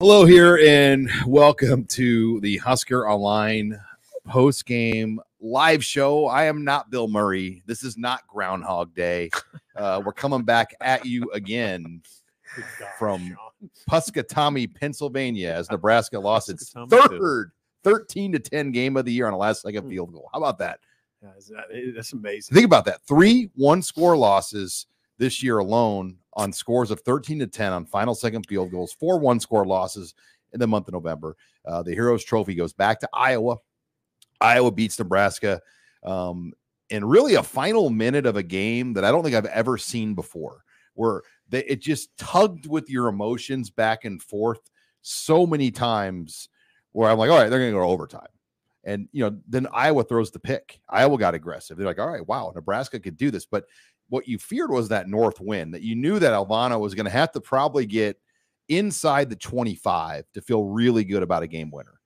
Hello here and welcome to the Husker Online post game live show. I am not Bill Murray. This is not Groundhog Day. Uh, we're coming back at you again from Puscatawny, Pennsylvania, as Nebraska lost its Puscatawny, too. third 13 to 10 game of the year on a last second Hmm. field goal. How about that? Yeah, is that- eh, that's amazing. Think about that. Three one score losses this year alone on scores of 13 to 10 on final second field goals, four one score losses in the month of November. Uh, the Heroes Trophy goes back to Iowa. Iowa beats Nebraska um, in really a final minute of a game that I don't think I've ever seen before, where they, it just tugged with your emotions back and forth so many times where I'm like, all right, they're going to go to overtime. And you know, then Iowa throws the pick. Iowa got aggressive. They're like, all right, wow, Nebraska could do this. But what you feared was that north wind that you knew that Alvano was going to have to probably get inside the 25 to feel really good about a game winner.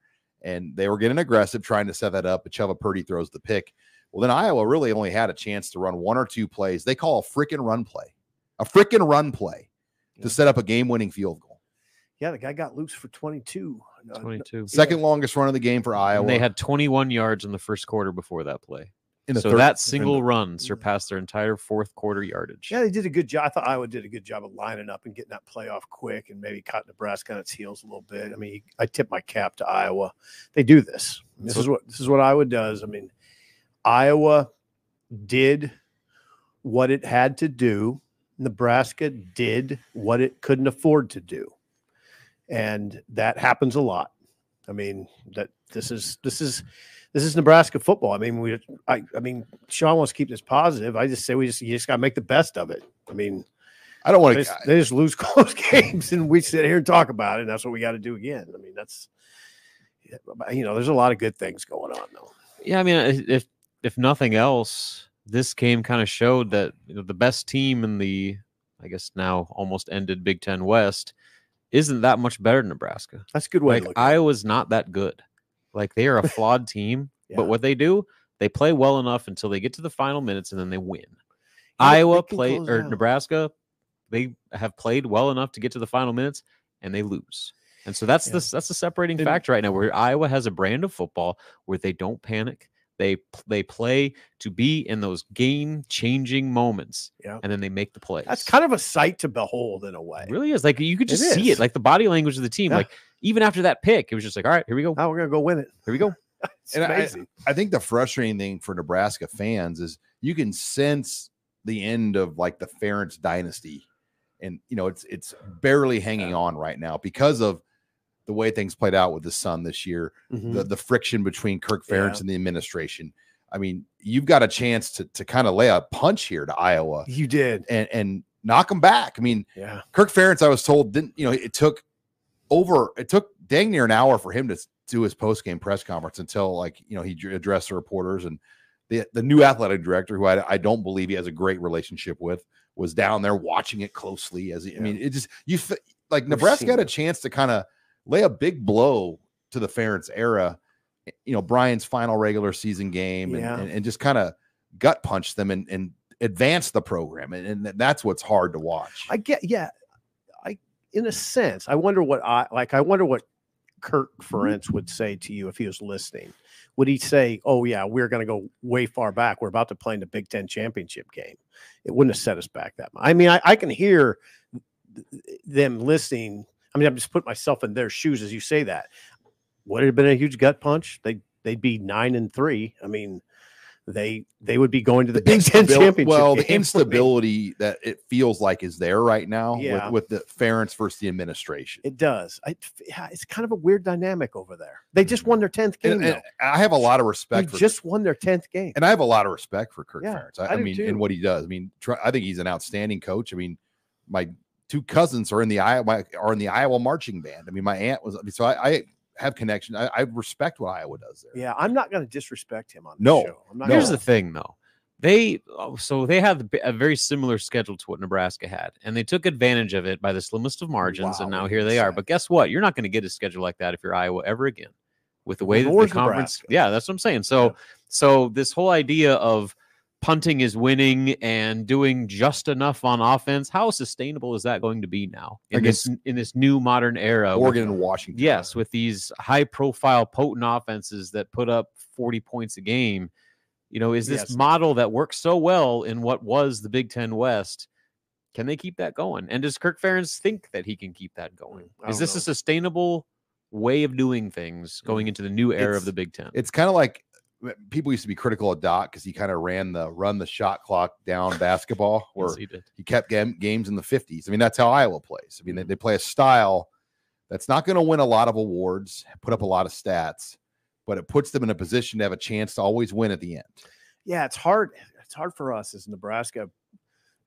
And they were getting aggressive trying to set that up. But Chava Purdy throws the pick. Well, then Iowa really only had a chance to run one or two plays. They call a freaking run play, a freaking run play Yeah. to set up a game winning field goal. Yeah, the guy got loose for 22. Uh, 22. Second longest run of the game for Iowa. And they had 21 yards in the first quarter before that play. in So third- that in the- single run surpassed their entire fourth quarter yardage. Yeah, they did a good job. I thought Iowa did a good job of lining up and getting that playoff quick and maybe caught Nebraska on its heels a little bit. I mean, I tip my cap to Iowa. They do this. This So- is what this is what Iowa does. I mean, Iowa did what it had to do. Nebraska did what it couldn't afford to do. And that happens a lot. I mean, that this is this is this is Nebraska football. I mean, we I, I mean, Sean wants to keep this positive. I just say we just you just got to make the best of it. I mean, I don't want they to. just, they just lose close games, and we sit here and talk about it. And that's what we got to do again. I mean, that's yeah, but, you know, there's a lot of good things going on though. Yeah, I mean, i- if if nothing else, this game kind of showed that you know, the best team in the, I guess now almost ended Big Ten West, isn't that much better than Nebraska. That's a good way. Like to look at it. Iowa's not that good. Like they are a flawed team, Yeah. but what they do, they play well enough until they get to the final minutes and then they win. Yeah, they Iowa can play close it or out. Nebraska, they have played well enough to get to the final minutes and they lose. And so that's Yeah. the that's the separating And- factor right now where Iowa has a brand of football where they don't panic. They p- they play to be in those game changing moments. Yeah. And then they make the plays. That's kind of a sight to behold in a way. It really is. Like you could It just see is. it. Like the body language of the team. Yeah. Like even after that pick, it was just like, all right, here we go. Now we're gonna go win it. Here we go. It's And I- amazing. I think the frustrating thing for Nebraska fans is you can sense the end of like the Ferentz dynasty, and you know it's it's barely hanging on right now because of the way things played out with the Sun this year, Mhm. the the friction between Kirk Ferentz Yeah. and the administration. I mean, you've got a chance to to kind of lay a punch here to Iowa You did. and and knock them back. I mean, Yeah. Kirk Ferentz, I was told, didn't you know? It took over. It took dang near an hour for him to s- do his post game press conference until like you know he dr- addressed the reporters and the the new athletic director, who I, I don't believe he has a great relationship with, was down there watching it closely. As he, I mean, it just you f- like Nebraska seen had a it. chance to kind of lay a big blow to the Ferentz era. You know, Brian's final regular season game, and, Yeah. and, and just kind of gut punch them and and advance the program, and, and that's what's hard to watch. I get yeah. I in a sense, I wonder what I like I wonder what Kirk Mm-hmm. Ferentz would say to you if he was listening. Would he say, "Oh yeah, we're going to go way far back. We're about to play in the Big 10 championship game." It wouldn't have set us back that much. I mean, I, I can hear th- them listening. I mean, I'm just putting myself in their shoes as you say that. Would it have been a huge gut punch? They they'd be 9 and 3. I mean, they they would be going to the Big Ten instabil- championship. Well, the game. instability that it feels like is there right now Yeah. with, with the Ference versus the administration. It does. I, yeah, it's kind of a weird dynamic over there. They just Mm-hmm. won their tenth game. and, and I have a lot of though. They respect for just won their tenth game. and I have a lot of respect for Kirk Yeah, Ferentz. I, I I do mean, too. and what he does. I mean, try, I think he's an outstanding coach. I mean, my two cousins are in the Iowa are in the Iowa marching band. I mean, my aunt was. I mean, so I, I have connection. I, I respect what Iowa does there. Yeah, I'm not going to disrespect him on the No, show. I'm not Here's gonna- the thing, though. They oh, so they had the b- a very similar schedule to what Nebraska had, and they took advantage of it by the slimmest of margins. and Wow, now here they are. sad. But guess what? You're not going to get a schedule like that if you're Iowa ever again, with the way that Nor the is conference. Nebraska. Yeah, that's what I'm saying. So, Yeah. so this whole idea of punting is winning and doing just enough on offense. How sustainable is that going to be now in this in this new modern era? with Oregon and Washington. yes, with these high profile potent offenses that put up 40 points a game, you know, is this Yes. model that works so well in what was the Big 10 West, can they keep that going? And does Kirk Ferentz think that he can keep that going? Mm, I Is don't this know. Mm-hmm. a sustainable way of doing things going into the new era It's- of the Big 10? It's kind of like uh, people used to be critical of Doc because he kind of ran the run the shot clock down basketball, Yes, where he did. he kept game, games in the 50s. I mean, that's how Iowa plays. I mean, they, Mm-hmm. they play a style that's not going to win a lot of awards, put up a lot of stats, but it puts them in a position to have a chance to always win at the end. yeah, it's hard. It's hard for us as Nebraska.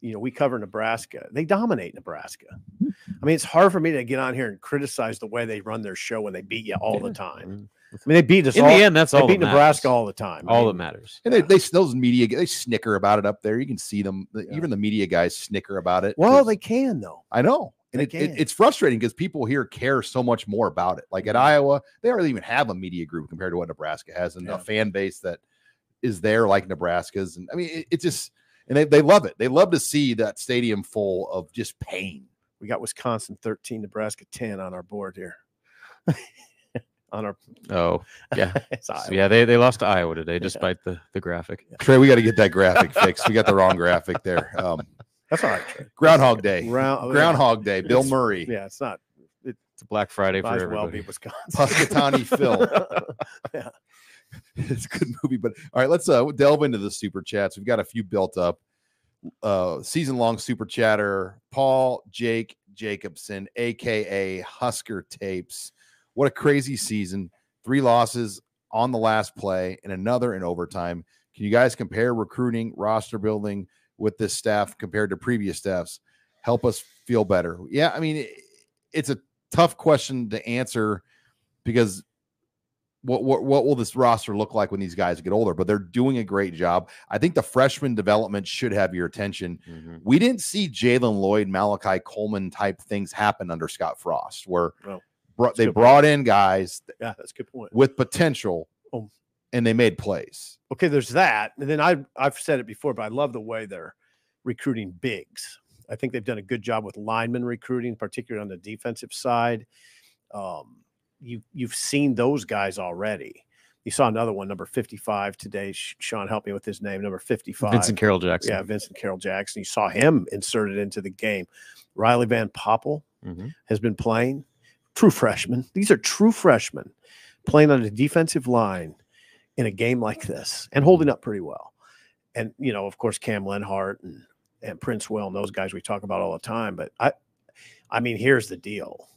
You know, we cover Nebraska. They dominate Nebraska. Hmm. I mean, it's hard for me to get on here and criticize the way they run their show when they beat you all the Yeah. Mm. time. I mean, In they beat us the all. end, that's they all beat that Nebraska matters. all the time. I all that mean, matters. And they, they those media they snicker about it up there. You can see them. the- Yeah. Even the media guys snicker about it. Well, 'cause- they can though. I know. And they it, it- can. it's frustrating because people here care so much more about it. Like at Iowa, they don't really even have a media group compared to what Nebraska has and Yeah. a fan base that is there like Nebraska's. And I mean, it, it just, and they, they love it. They love to see that stadium full of just pain. We got Wisconsin 13, Nebraska 10 on our board here. on our Oh, yeah. it's So, Iowa. yeah, they, they lost to Iowa today, despite the, the graphic. Trey, we got to get that graphic fixed. We got the wrong graphic there. Um, That's all right. Trey. Groundhog Day. Round- yeah. Groundhog Day. Bill It's- Murray. Yeah, it's not. It It's a Black Friday for might as everybody. well be Wisconsin. Puskatani Phil. it's a good movie. But all right, let's uh, delve into the super chats. We've got a few built up. Uh, season long super chatter. Paul Jake Jacobson, aka Husker Tapes. What a crazy season! Three losses on the last play and another in overtime. Can you guys compare recruiting, roster building with this staff compared to previous staffs? Help us feel better. Yeah, I mean, it- it's a tough question to answer because what, what what will this roster look like when these guys get older? But they're doing a great job. I think the freshman development should have your attention. Mhm. We didn't see Jalen Lloyd, Malachi Coleman type things happen under Scott Frost, where No. bro- they Good point. brought in guys th- yeah, that's a good point. with potential, Oh. and they made plays. okay, there's that. And then I I've said it before, but I love the way they're recruiting bigs. I think they've done a good job with lineman recruiting, particularly on the defensive side. Um, you you've seen those guys already. You saw another one, number 55 today. Sh- Sean, help me with his name, number 55. Vincent Carroll Jackson. yeah, Vincent Carroll Jackson. You saw him inserted into the game. Riley Van Poppel, Mhm. has been playing. True freshmen. These are true freshmen playing on a defensive line in a game like this and holding up pretty well. And you know, of course, Cam Lenhart and and Prince Will and those guys we talk about all the time. But I, I mean, here's the deal: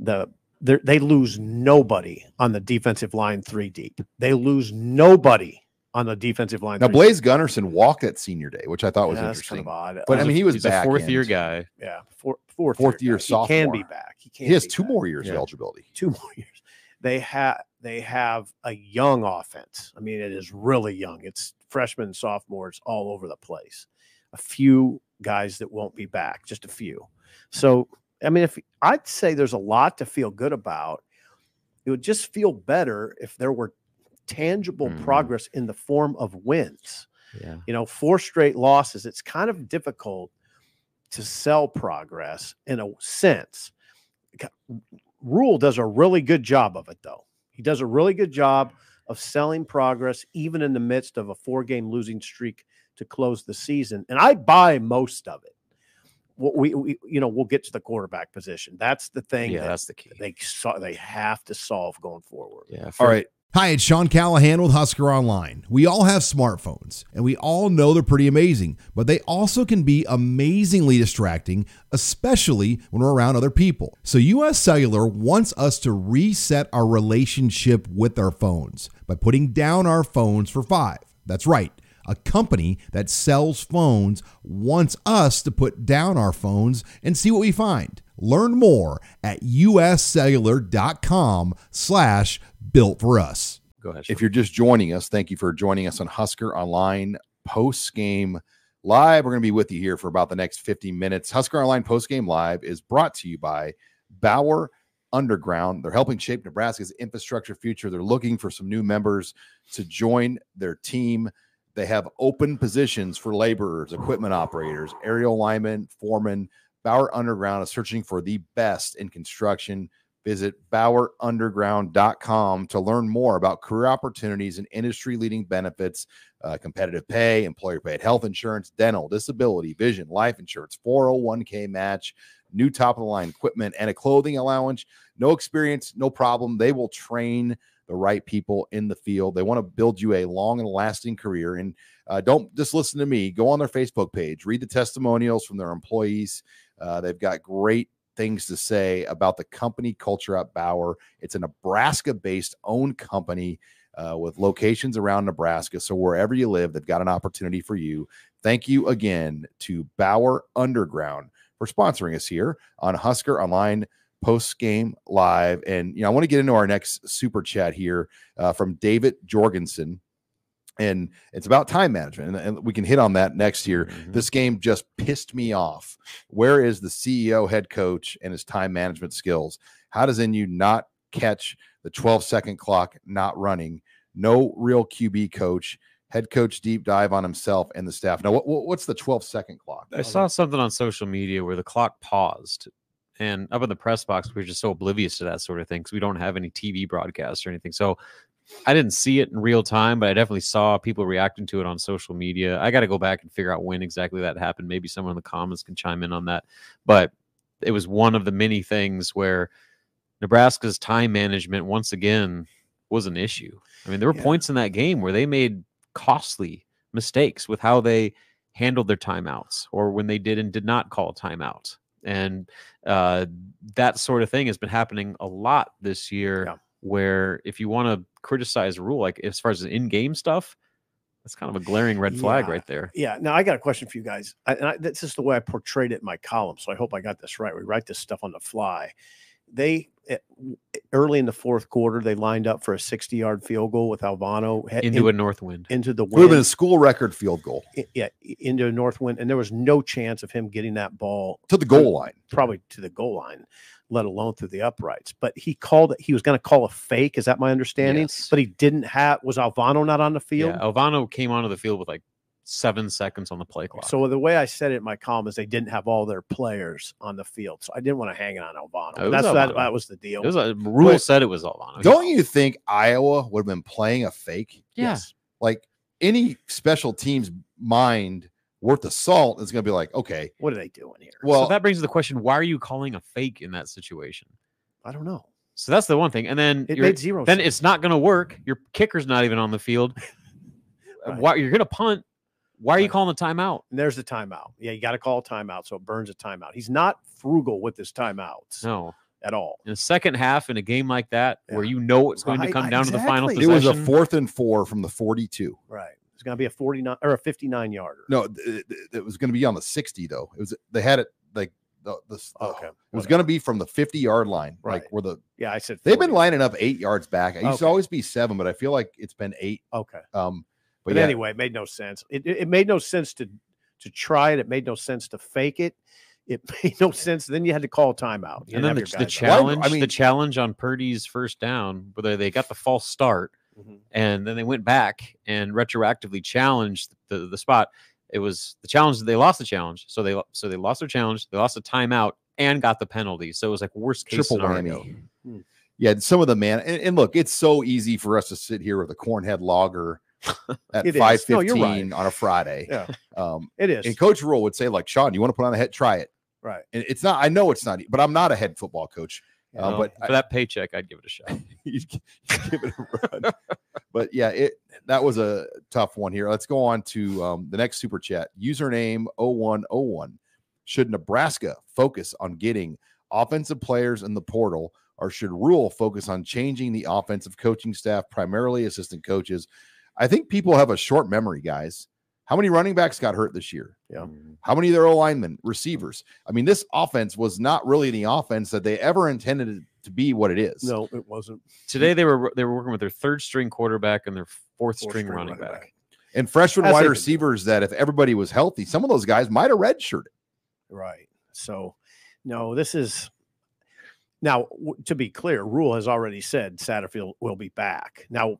the they're- they lose nobody on the defensive line three deep. They lose nobody on the defensive line. Now three deep. Blaze Gunnerson walked at senior day, which I thought was Yeah, that's interesting. Kind of odd. But I He's a- mean, he was he's a fourth year back-end. guy. yeah, four, fourth Fourth year guy. He can be sophomore. back. He can. He has be two back. more years of Yeah. eligibility. two more years. They have they have a young offense. I mean, it is really young. It's freshmen, sophomores all over the place. A few guys that won't be back, just a few. So, I mean, if I'd say there's a lot to feel good about, it would just feel better if there were tangible Mhm. progress in the form of wins Yeah. you know, four straight losses, it's kind of difficult to sell progress in a sense. C- Rule does a really good job of it, though. He does a really good job of selling progress, even in the midst of a four game losing streak to close the season. And I buy most of it. What we, we, you know, we'll get to the quarterback position. That's the thing Yeah, that that's the key. they saw, they have to solve going forward. Yeah. All right, Hi, it's Sean Callahan with Husker Online. We all have smartphones and we all know they're pretty amazing, but they also can be amazingly distracting, especially when we're around other people. So, US Cellular wants us to reset our relationship with our phones by putting down our phones for five. That's right. A company that sells phones wants us to put down our phones and see what we find. Learn more at uscellular.com slash built for us. Go ahead. If you're just joining us, thank you for joining us on Husker Online Post Game Live. We're going to be with you here for about the next 50 minutes. Husker Online Post Game Live is brought to you by Bauer Underground. They're helping shape Nebraska's infrastructure future. They're looking for some new members to join their team. They have open positions for laborers, equipment operators, aerial linemen, foremen. Bauer Underground is searching for the best in construction. Visit BauerUnderground.com to learn more about career opportunities and industry leading benefits, uh, competitive pay, employer paid health insurance, dental, disability, vision, life insurance, 401k match, new top of the line equipment, and a clothing allowance. No experience, no problem. They will train the right people in the field. They want to build you a long and lasting career. And uh, don't just listen to me. Go on their Facebook page, read the testimonials from their employees. Uh, they've got great things to say about the company culture at Bauer. It's a Nebraska based owned company uh, with locations around Nebraska. So wherever you live, they've got an opportunity for you. Thank you again to Bauer Underground for sponsoring us here on Husker Online post game live. And you know, I want to get into our next super chat here uh, from David Jorgensen. And it's about time management, and, and we can hit on that next year. Mhm. This game just pissed me off. Where is the CEO, head coach, and his time management skills? How does NU not catch the 12 second clock not running? No real QB coach, head coach deep dive on himself and the staff. Now, what, what- what's the 12 second clock? I saw something on social media where the clock paused, and up in the press box, we are just so oblivious to that sort of thing because we don't have any TV broadcasts or anything. So I didn't see it in real time, but I definitely saw people reacting to it on social media. I got to go back and figure out when exactly that happened. Maybe someone in the comments can chime in on that. But it was one of the many things where Nebraska's time management once again was an issue. I mean, there were Yeah. points in that game where they made costly mistakes with how they handled their timeouts or when they did and did not call timeout. And uh, that sort of thing has been happening a lot this year. Yeah. Where if you want to criticize a rule, like as far as the in-game stuff, that's kind of a glaring red flag Yeah. right there. Yeah. Now I got a question for you guys, I, and I, that's just the way I portrayed it in my column. So I hope I got this right. We write this stuff on the fly. They eh, early in the fourth quarter, they lined up for a 60 yard field goal with Alvano he- Into a in- north wind. into the Would have been wind, a school record field goal i- yeah, i- into a north wind, and there was no chance of him getting that ball to the goal line. probably to the goal line, let alone through the uprights. But he called it. He was going to call a fake. Is that my understanding? Yes. But he didn't have. Was Alvano not on the field? Yeah, Alvano came onto the field with like seven seconds on the play clock. So the way I said it in my column is they didn't have all their players on the field, so I didn't want to hang it on Alvano. Oh, It was That's that, Alvano. that was the deal. it was a rule But said it was Alvano. Don't you think Iowa would have been playing a fake? Yeah. Like any special team's mind worth the salt is going to be like, okay, what are they doing here? well, so that brings to the question: Why are you calling a fake in that situation? I don't know. So that's the one thing. And then It you're- made zero. then sense. it's not going to work. Your kicker's not even on the field. Uh, Right. Why you're going to punt? Why are you Right. calling the timeout? And there's the timeout. Yeah, you got to call a timeout, so it burns a timeout. He's not frugal with his timeouts No, at all. in the second half in a game like that where Yeah. you know it's going Right, to come down to the final exactly. it possession. was a fourth and four from the 42. Right. It's going to be a 49 or a 59 yarder. No, th- th- th- it, was going to be on the 60, though. It was, they had it like the, the Okay. it was whatever. going to be from the 50 yard line, Right. like where the, Yeah, I said they've been 40. lining up eight yards back. It used Okay. to always be seven, but I feel like it's been eight. Okay. Um, but, But yeah, anyway, it made no sense. It, it, it made no sense to to try it. It made no sense to fake it. It made no sense. Then you had to call a timeout. You didn't and then the, have your the guys Why- I out. challenge, the mean- challenge on Purdy's first down, where they- they got the false start, Mhm. and then they went back and retroactively challenged the, the spot. It was the challenge. They lost the challenge, so they lo- so they lost their challenge. They lost the timeout and got the penalty. So it was like worst case Triple scenario. whammy. Hmm. Yeah, and some of the man and, and look, it's so easy for us to sit here with a cornhead logger at It is. five No, you're fifteen right. on a Friday. Yeah. Um, It is and Coach Rule would say like, Sean, you want to put on a head? Try it. e, right. And it's not. I know it's not, but I'm not a head football coach. You Uh, know, but for I- that paycheck, I'd give it a shot. you give it a run. but yeah, it that was a tough one here. Let's go on to um, the next super chat. Username 0101. Should Nebraska focus on getting offensive players in the portal, or should Rule focus on changing the offensive coaching staff, primarily assistant coaches? I think people have a short memory, guys. How many running backs got hurt this year? Yeah. How many of their linemen, receivers? I mean, this offense was not really the offense that they ever intended it to be what it is. No, it wasn't. Today they were they were working with their third string quarterback and their Fourth fourth, string, string running, running back. back. and freshman As they wide could do. receivers that if everybody was healthy, some of those guys might have redshirted. Right. So, no, this is now w- to be clear, Rule has already said Satterfield will be back. Now,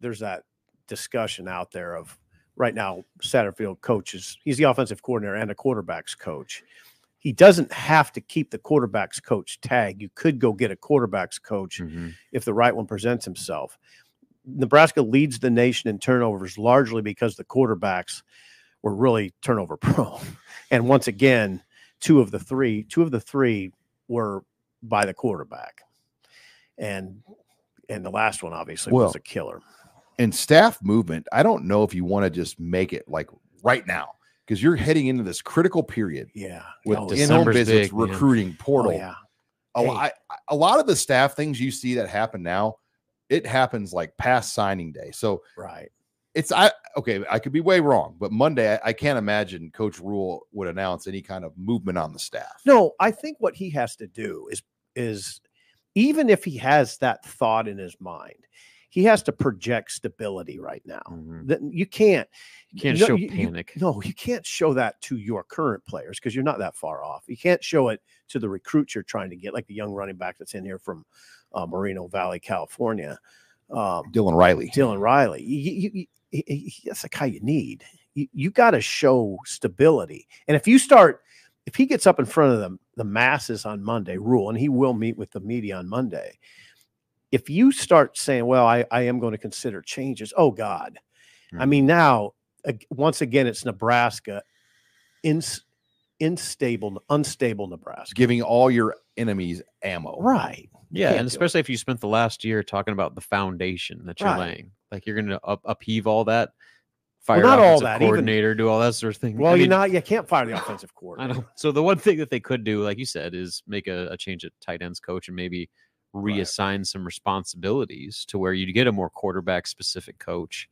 there's that discussion out there of right now, Satterfield coaches, he's the offensive coordinator and a quarterback's coach. He doesn't have to keep the quarterback's coach tag. You could go get a quarterback's coach Mm-hmm. if the right one presents himself. Nebraska leads the nation in turnovers largely because the quarterbacks were really turnover prone. And once again, two of the three, two of the three were by the quarterback. And and the last one obviously Well, was a killer. And staff movement, I don't know if you want to just make it like right now because you're heading into this critical period Yeah. with Oh, the- in-home December's visits, big, man. recruiting portal. oh, yeah. a, lo- I- I- a lot of the staff things you see that happen now, it happens like past signing day. So Right. it's I okay, I could be way wrong, but Monday I, I can't imagine Coach Rule would announce any kind of movement on the staff. No, I think what he has to do is is even if he has that thought in his mind, he has to project stability right now. Mm-hmm. Mhm. That you can't You can't no, show you- you- panic. no, you can't show that to your current players because you're not that far off. You can't show it to the recruits you're trying to get, like the young running back that's in here from uh, Moreno Valley, California, um, Dylan Riley. Dylan Riley. You, you- you- he- he- he- that's the guy you need. You, you got to show stability. And if you start, if he gets up in front of them, the masses on Monday, rule, and he will meet with the media on Monday. If you start saying, well, I, I am going to consider changes, oh God. I Mhm. mean, now, ag- once again, it's Nebraska, ins unstable, unstable Nebraska. Giving all your enemies ammo. Right. You Yeah, can't and do it. especially if you spent the last year talking about the foundation that you're Right. laying, like you're going to up, upheave all that. Fire not all offensive that, even- coordinator, do all that sort of thing. Well, I you're mean, not, you can't fire the offensive I coordinator. know. So the one thing that they could do, like you said, is make a, a change at tight ends coach and maybe reassign some responsibilities to where you get a more quarterback specific coach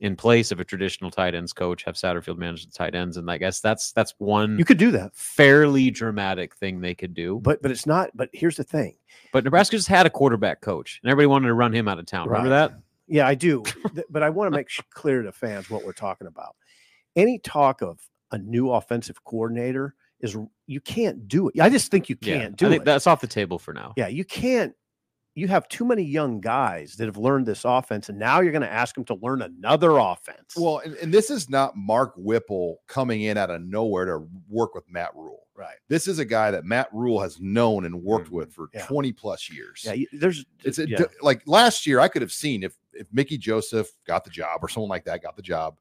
in place of a traditional tight ends coach. Have Satterfield manage the tight ends, and I guess that's that's one You could do that, fairly dramatic thing they could do. but But, but it's not. But here's the thing. Nebraska just had a quarterback coach, and everybody wanted to run him out of town. Remember Right. that? Yeah, I do. Th- but I want to make sh- clear to fans what we're talking about. Any talk of a new offensive coordinator is r- you can't do it. I just think you Yeah, can't I do think it. That's off the table for now. Yeah, you can't. You have too many young guys that have learned this offense, and now you're going to ask them to learn another offense. Well, and, and this is not Mark Whipple coming in out of nowhere to work with Matt Rule. right. This is a guy that Matt Rule has known and worked Mhm. with for Mm-hmm. Yeah. 20 plus years. Yeah, you- there's it's a, yeah. d- like last year, I could have seen if if Mickey Joseph got the job or someone like that got the job,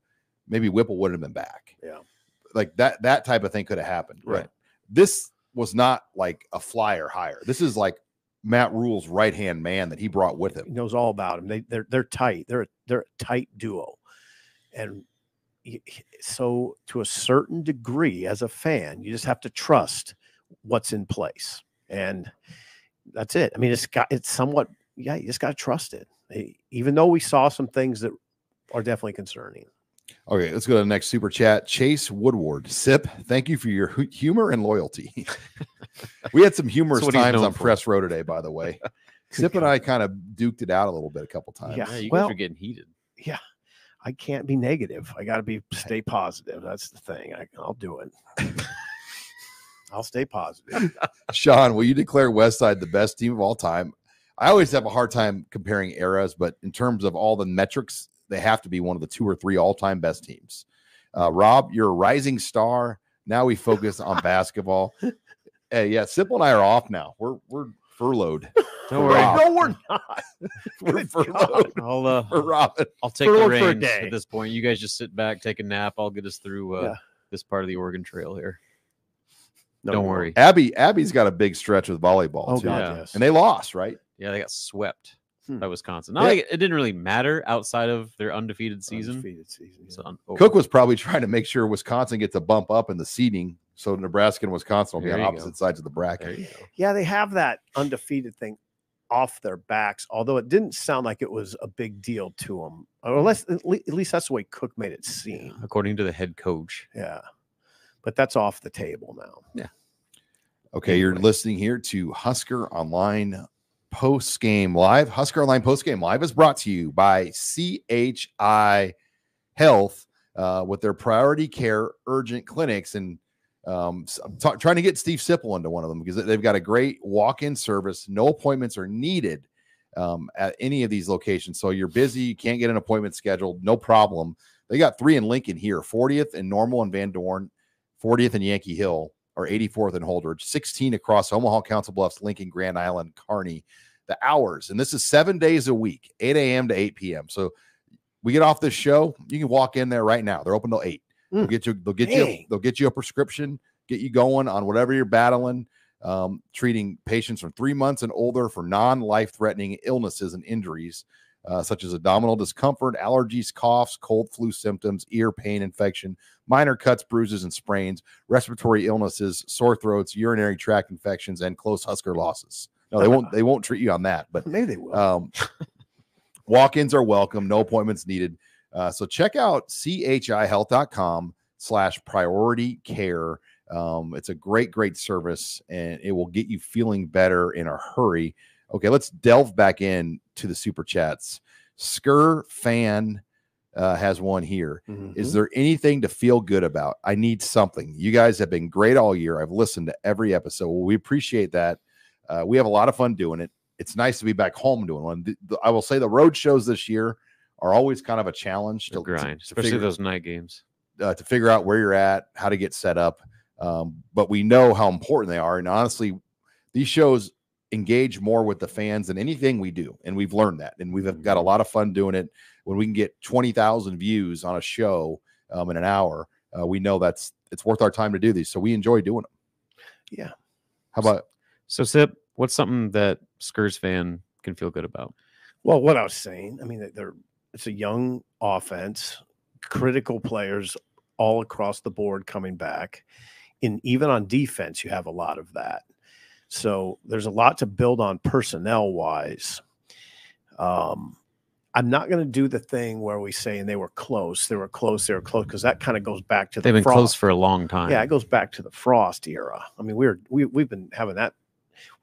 maybe Whipple wouldn't have been back. Yeah. like that that type of thing could have happened. But Right. This was not like a flyer hire. This is like Matt Rule's right hand man that he brought with he him. knows all about them. They they're they're tight. They're they're a tight duo, and y- y- so to a certain degree, as a fan, you just have to trust what's in place, and that's it. I mean, it's got it's somewhat yeah. You just got to trust it, E- even though we saw some things that are definitely concerning. Okay, let's go to the next super chat. Chase Woodward, Sip, thank you for your hu- humor and loyalty. we had some humorous what he's times known on for. press row today, by the way. Sip and I kind of duked it out a little bit a couple times. Yeah. Yeah, you Well- guys are getting heated. Yeah. I can't be negative. I got to be stay positive. That's the thing. I, I'll do it. I'll stay positive. Sean, will you declare Westside the best team of all time? I always have a hard time comparing eras, but in terms of all the metrics, they have to be one of the two or three all time best teams. Uh, Rob, you're a rising star. Now we focus on basketball. Hey, yeah, Simple and I are off now. We're we're furloughed. Don't worry. worry. Wow. No, we're not. We're Good furloughed I'll uh, for Robin. I'll take Throw the it for a reins day. at this point. You guys just sit back, take a nap. I'll get us through uh, Yeah. this part of the Oregon Trail here. No, Don't you won't. worry. Abby, Abby's got a big stretch with volleyball Oh too, god, Yeah. yes. and they lost, right? Yeah, they got swept Hmm. by Wisconsin. Not Yeah. like it, it didn't really matter outside of their undefeated season. Undefeated season. So, yeah. un- oh, Cook was probably trying to make sure Wisconsin gets a bump up in the seeding, so Nebraska and Wisconsin will be There on you opposite sides of the There bracket. you go. Yeah, they have that undefeated thing off their backs, although it didn't sound like it was a big deal to them. Or unless, at le- at least that's the way Cook made it seem. According to the head coach, Yeah. But that's off the table now. Okay, you're listening here to Husker Online Post Game Live. Husker Online Post Game Live is brought to you by CHI Health uh, with their priority care urgent clinics. And um, s- I'm ta- trying to get Steve Sipple into one of them because they've got a great walk in service. No appointments are needed um, at any of these locations. So you're busy, you can't get an appointment scheduled, no problem. They got three in Lincoln here 40th and Normal and Van Dorn, 40th and Yankee Hill or 84th and Holdridge, 16 across Omaha, Council Bluffs, Lincoln, Grand Island, Kearney. The hours, and this is seven days a week, 8 a.m. to 8 p.m. So we get off this show, you can walk in there right now. They're open till eight. They'll Mm. get you, they'll get you, Dang. they'll get you a prescription, get you going on whatever you're battling. Um, treating patients from three months and older for non-life-threatening illnesses and injuries, uh, such as abdominal discomfort, allergies, coughs, cold flu symptoms, ear pain, infection, minor cuts, bruises, and sprains respiratory illnesses, sore throats, urinary tract infections, and close husker losses. No, they won't. They won't treat you on that. But Maybe they will. um, walk-ins are welcome. No appointments needed. Uh, so check out chihealth.com slash priority care. Um, it's a great, great service, and it will get you feeling better in a hurry. Okay, let's delve back in to the super chats. Skur fan uh, has one here. Mm-hmm. Is Mm-hmm. there anything to feel good about? I need something. You guys have been great all year. I've listened to every episode. Well, we appreciate that. Uh, we have a lot of fun doing it. It's nice to be back home doing one. The- the- I will say the road shows this year are always kind of a challenge the to grind, to, to, especially figure, those night games. uh, to figure out where you're at, how to get set up. Um, but we know how important they are, and honestly, these shows engage more with the fans than anything we do, and we've learned that, and we've got a lot of fun doing it. When we can get twenty thousand views on a show um, in an hour, uh, we know that's it's worth our time to do these. So we enjoy doing them. Yeah. How about So, Sip, what's something that Skurs fan can feel good about? Well, what I was saying, I mean, they- they're it's a young offense, critical players all across the board coming back, and even on defense, you have a lot of that. So there's a lot to build on personnel wise. Um, I'm not going to do the thing where we say and they were close, they were close, they were close, because that kind of goes back to the They've been Frost- close for a long time. yeah, it goes back to the Frost era. I mean, we're we, we've been having that,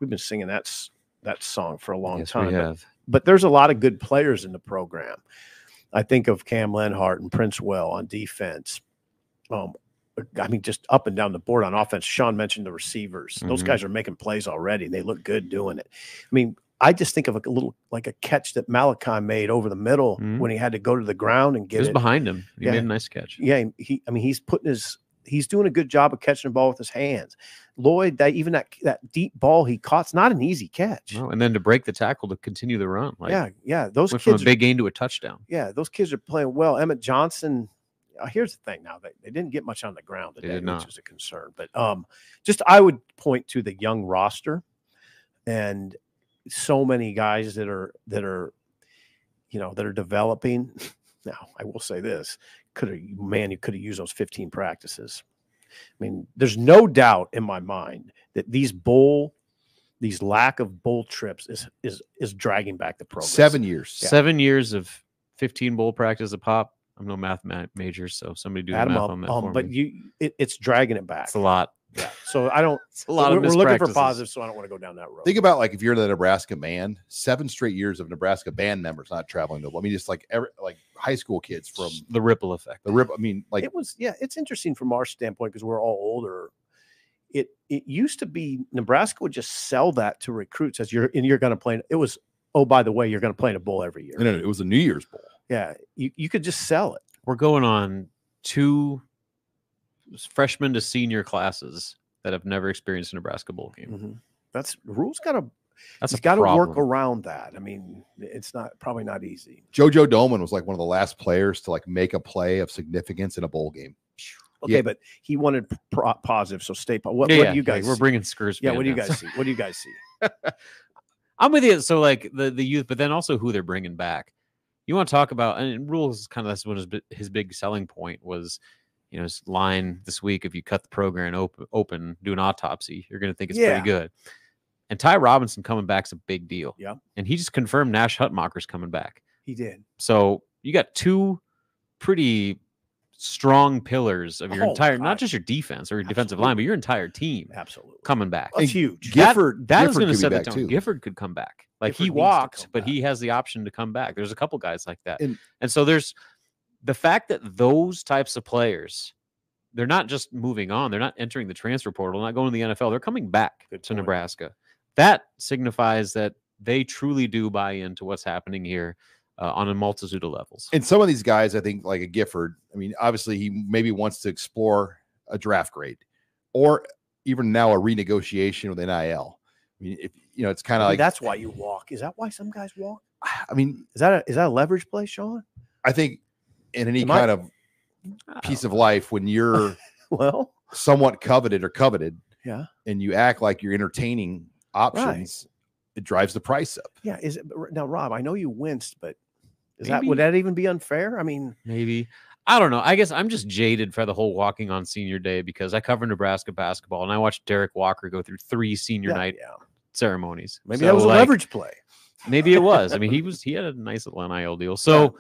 we've been singing that s- that song for a long Yes, time. we but have. but there's a lot of good players in the program. I think of Cam Lenhart and Prince Will on defense. Um, I mean, just up and down the board on offense. Sean mentioned the receivers; those Mhm. guys are making plays already. They look good doing it. I mean, I just think of a little like a catch that Malachi made over the middle Mhm. when he had to go to the ground and It get was it. behind him. He Yeah. made a nice catch. Yeah, he. I mean, he's putting his. He's doing a good job of catching the ball with his hands. Lloyd, that even that that deep ball he caught, it's not an easy catch. No, and then to break the tackle to continue the run. Like, yeah, yeah. Those went kids from a are- big gain to a touchdown. yeah, those kids are playing well. Emmett Johnson. uh, Here's the thing now they, they didn't get much on the ground They today, did not. which is a concern. But um, just I would point to the young roster and so many guys that are that are you know that are developing. Now I will say this could have man you could have used those 15 practices. I mean, there's no doubt in my mind that these bowl these lack of bowl trips is is is dragging back the program. seven years? Seven years of 15 bowl practice a pop. I'm no math ma- major, so somebody do the Add 'em math up. on that. Um, for but me. you, it, it's dragging it back. it's a lot. Yeah. So I don't. It's a lot we're, of we're looking for mispractices. positive, so I don't want to go down that road. Think about like if you're the Nebraska band, seven straight years of Nebraska band members not traveling to. I mean, just like every like high school kids from the ripple effect. the rip. I mean, like it was. Yeah, it's interesting from our standpoint because we're all older. It it used to be Nebraska would just sell that to recruits as you're and you're going to play. in-" It was oh by the way you're going to play in a bowl every year. no, no, it was a New Year's Bowl. Yeah, you, you could just sell it. We're going on two freshman to senior classes that have never experienced a Nebraska bowl game. Mm-hmm. That's rules. Got to That's it's a got to problem. Mm. work around that. I mean, it's not probably not easy. Jojo Doman was like one of the last players to like make a play of significance in a bowl game. Okay, Yeah. but he wanted pro- positive. So stay positive. What, Yeah, what yeah, do you like, guys? we're see? bringing screws. yeah, what do you guys see? What do you guys see? I'm with you. So like the the youth, but then also who they're bringing back. You want to talk about and rules? is Kind of that's what his bi- his big selling point was. You know, his line this week: if you cut the program open, open, do an autopsy, you're going to think it's Yeah. pretty good. And Ty Robinson coming back's a big deal. Yep. and he just confirmed Nash Hutmacher's coming back. He did. So you got two pretty strong pillars of your Oh, entire, God. not just your defense or your defensive line, but your entire team Absolutely. coming back. That's And huge. Gi- That- Gifford- that is Gifford going to could be set the back tone. too. Gifford could come back. Like Gifford he needs to walked, come but he back. has the option to come back. There's a couple guys like that, And- and, so there's the fact that those types of players, they're not just moving on. They're not entering the transfer portal. Not going to the NFL. They're coming back Good to point. Nebraska. That signifies that they truly do buy into what's happening here uh, on a multitude of levels. And some of these guys, I think, like a Gifford, I mean, obviously he maybe wants to explore a draft grade or even now a renegotiation with NIL. I mean, if you know, it's kind of like that's why you walk. Is that why some guys walk? I mean, Is that a, is that a leverage play, Sean? I think in any Am I- kind of piece of life, when you're Well, somewhat coveted or coveted, Yeah. and you act like you're entertaining options, it drives the price up. yeah. Is it now, Rob? I know you winced, but is that Maybe- would that even be unfair? I mean, maybe. I don't know. I guess I'm just jaded for the whole walking on senior day because I cover Nebraska basketball and I watched Derek Walker go through three senior yeah, night Yeah. ceremonies. Maybe So, that was like, a leverage play. Maybe it was. I mean, he was he had a nice NIL deal. So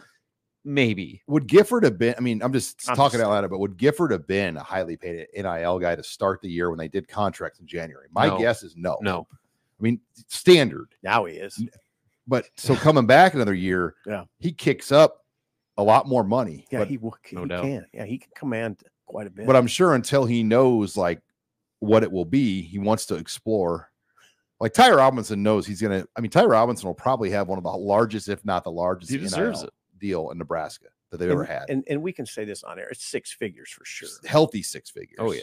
maybe. Would Gifford have been? I mean, I'm just I'm talking just- out loud, but would Gifford have been a highly paid NIL guy to start the year when they did contracts in January? My No. guess is no. No. I mean, standard. Now he is. But so coming back another year, Yeah. he kicks up a lot more money. Yeah, but, he will. no he doubt. can. Yeah, he can command quite a bit. but I'm sure until he knows like what it will be, he wants to explore. Like Ty Robinson knows he's gonna. I mean, Ty Robinson will probably have one of the largest, if not the largest, He deserves NIL deal in Nebraska that they've ever and, had. and and we can say this on air. It's six figures for sure. Healthy six figures. Oh yeah.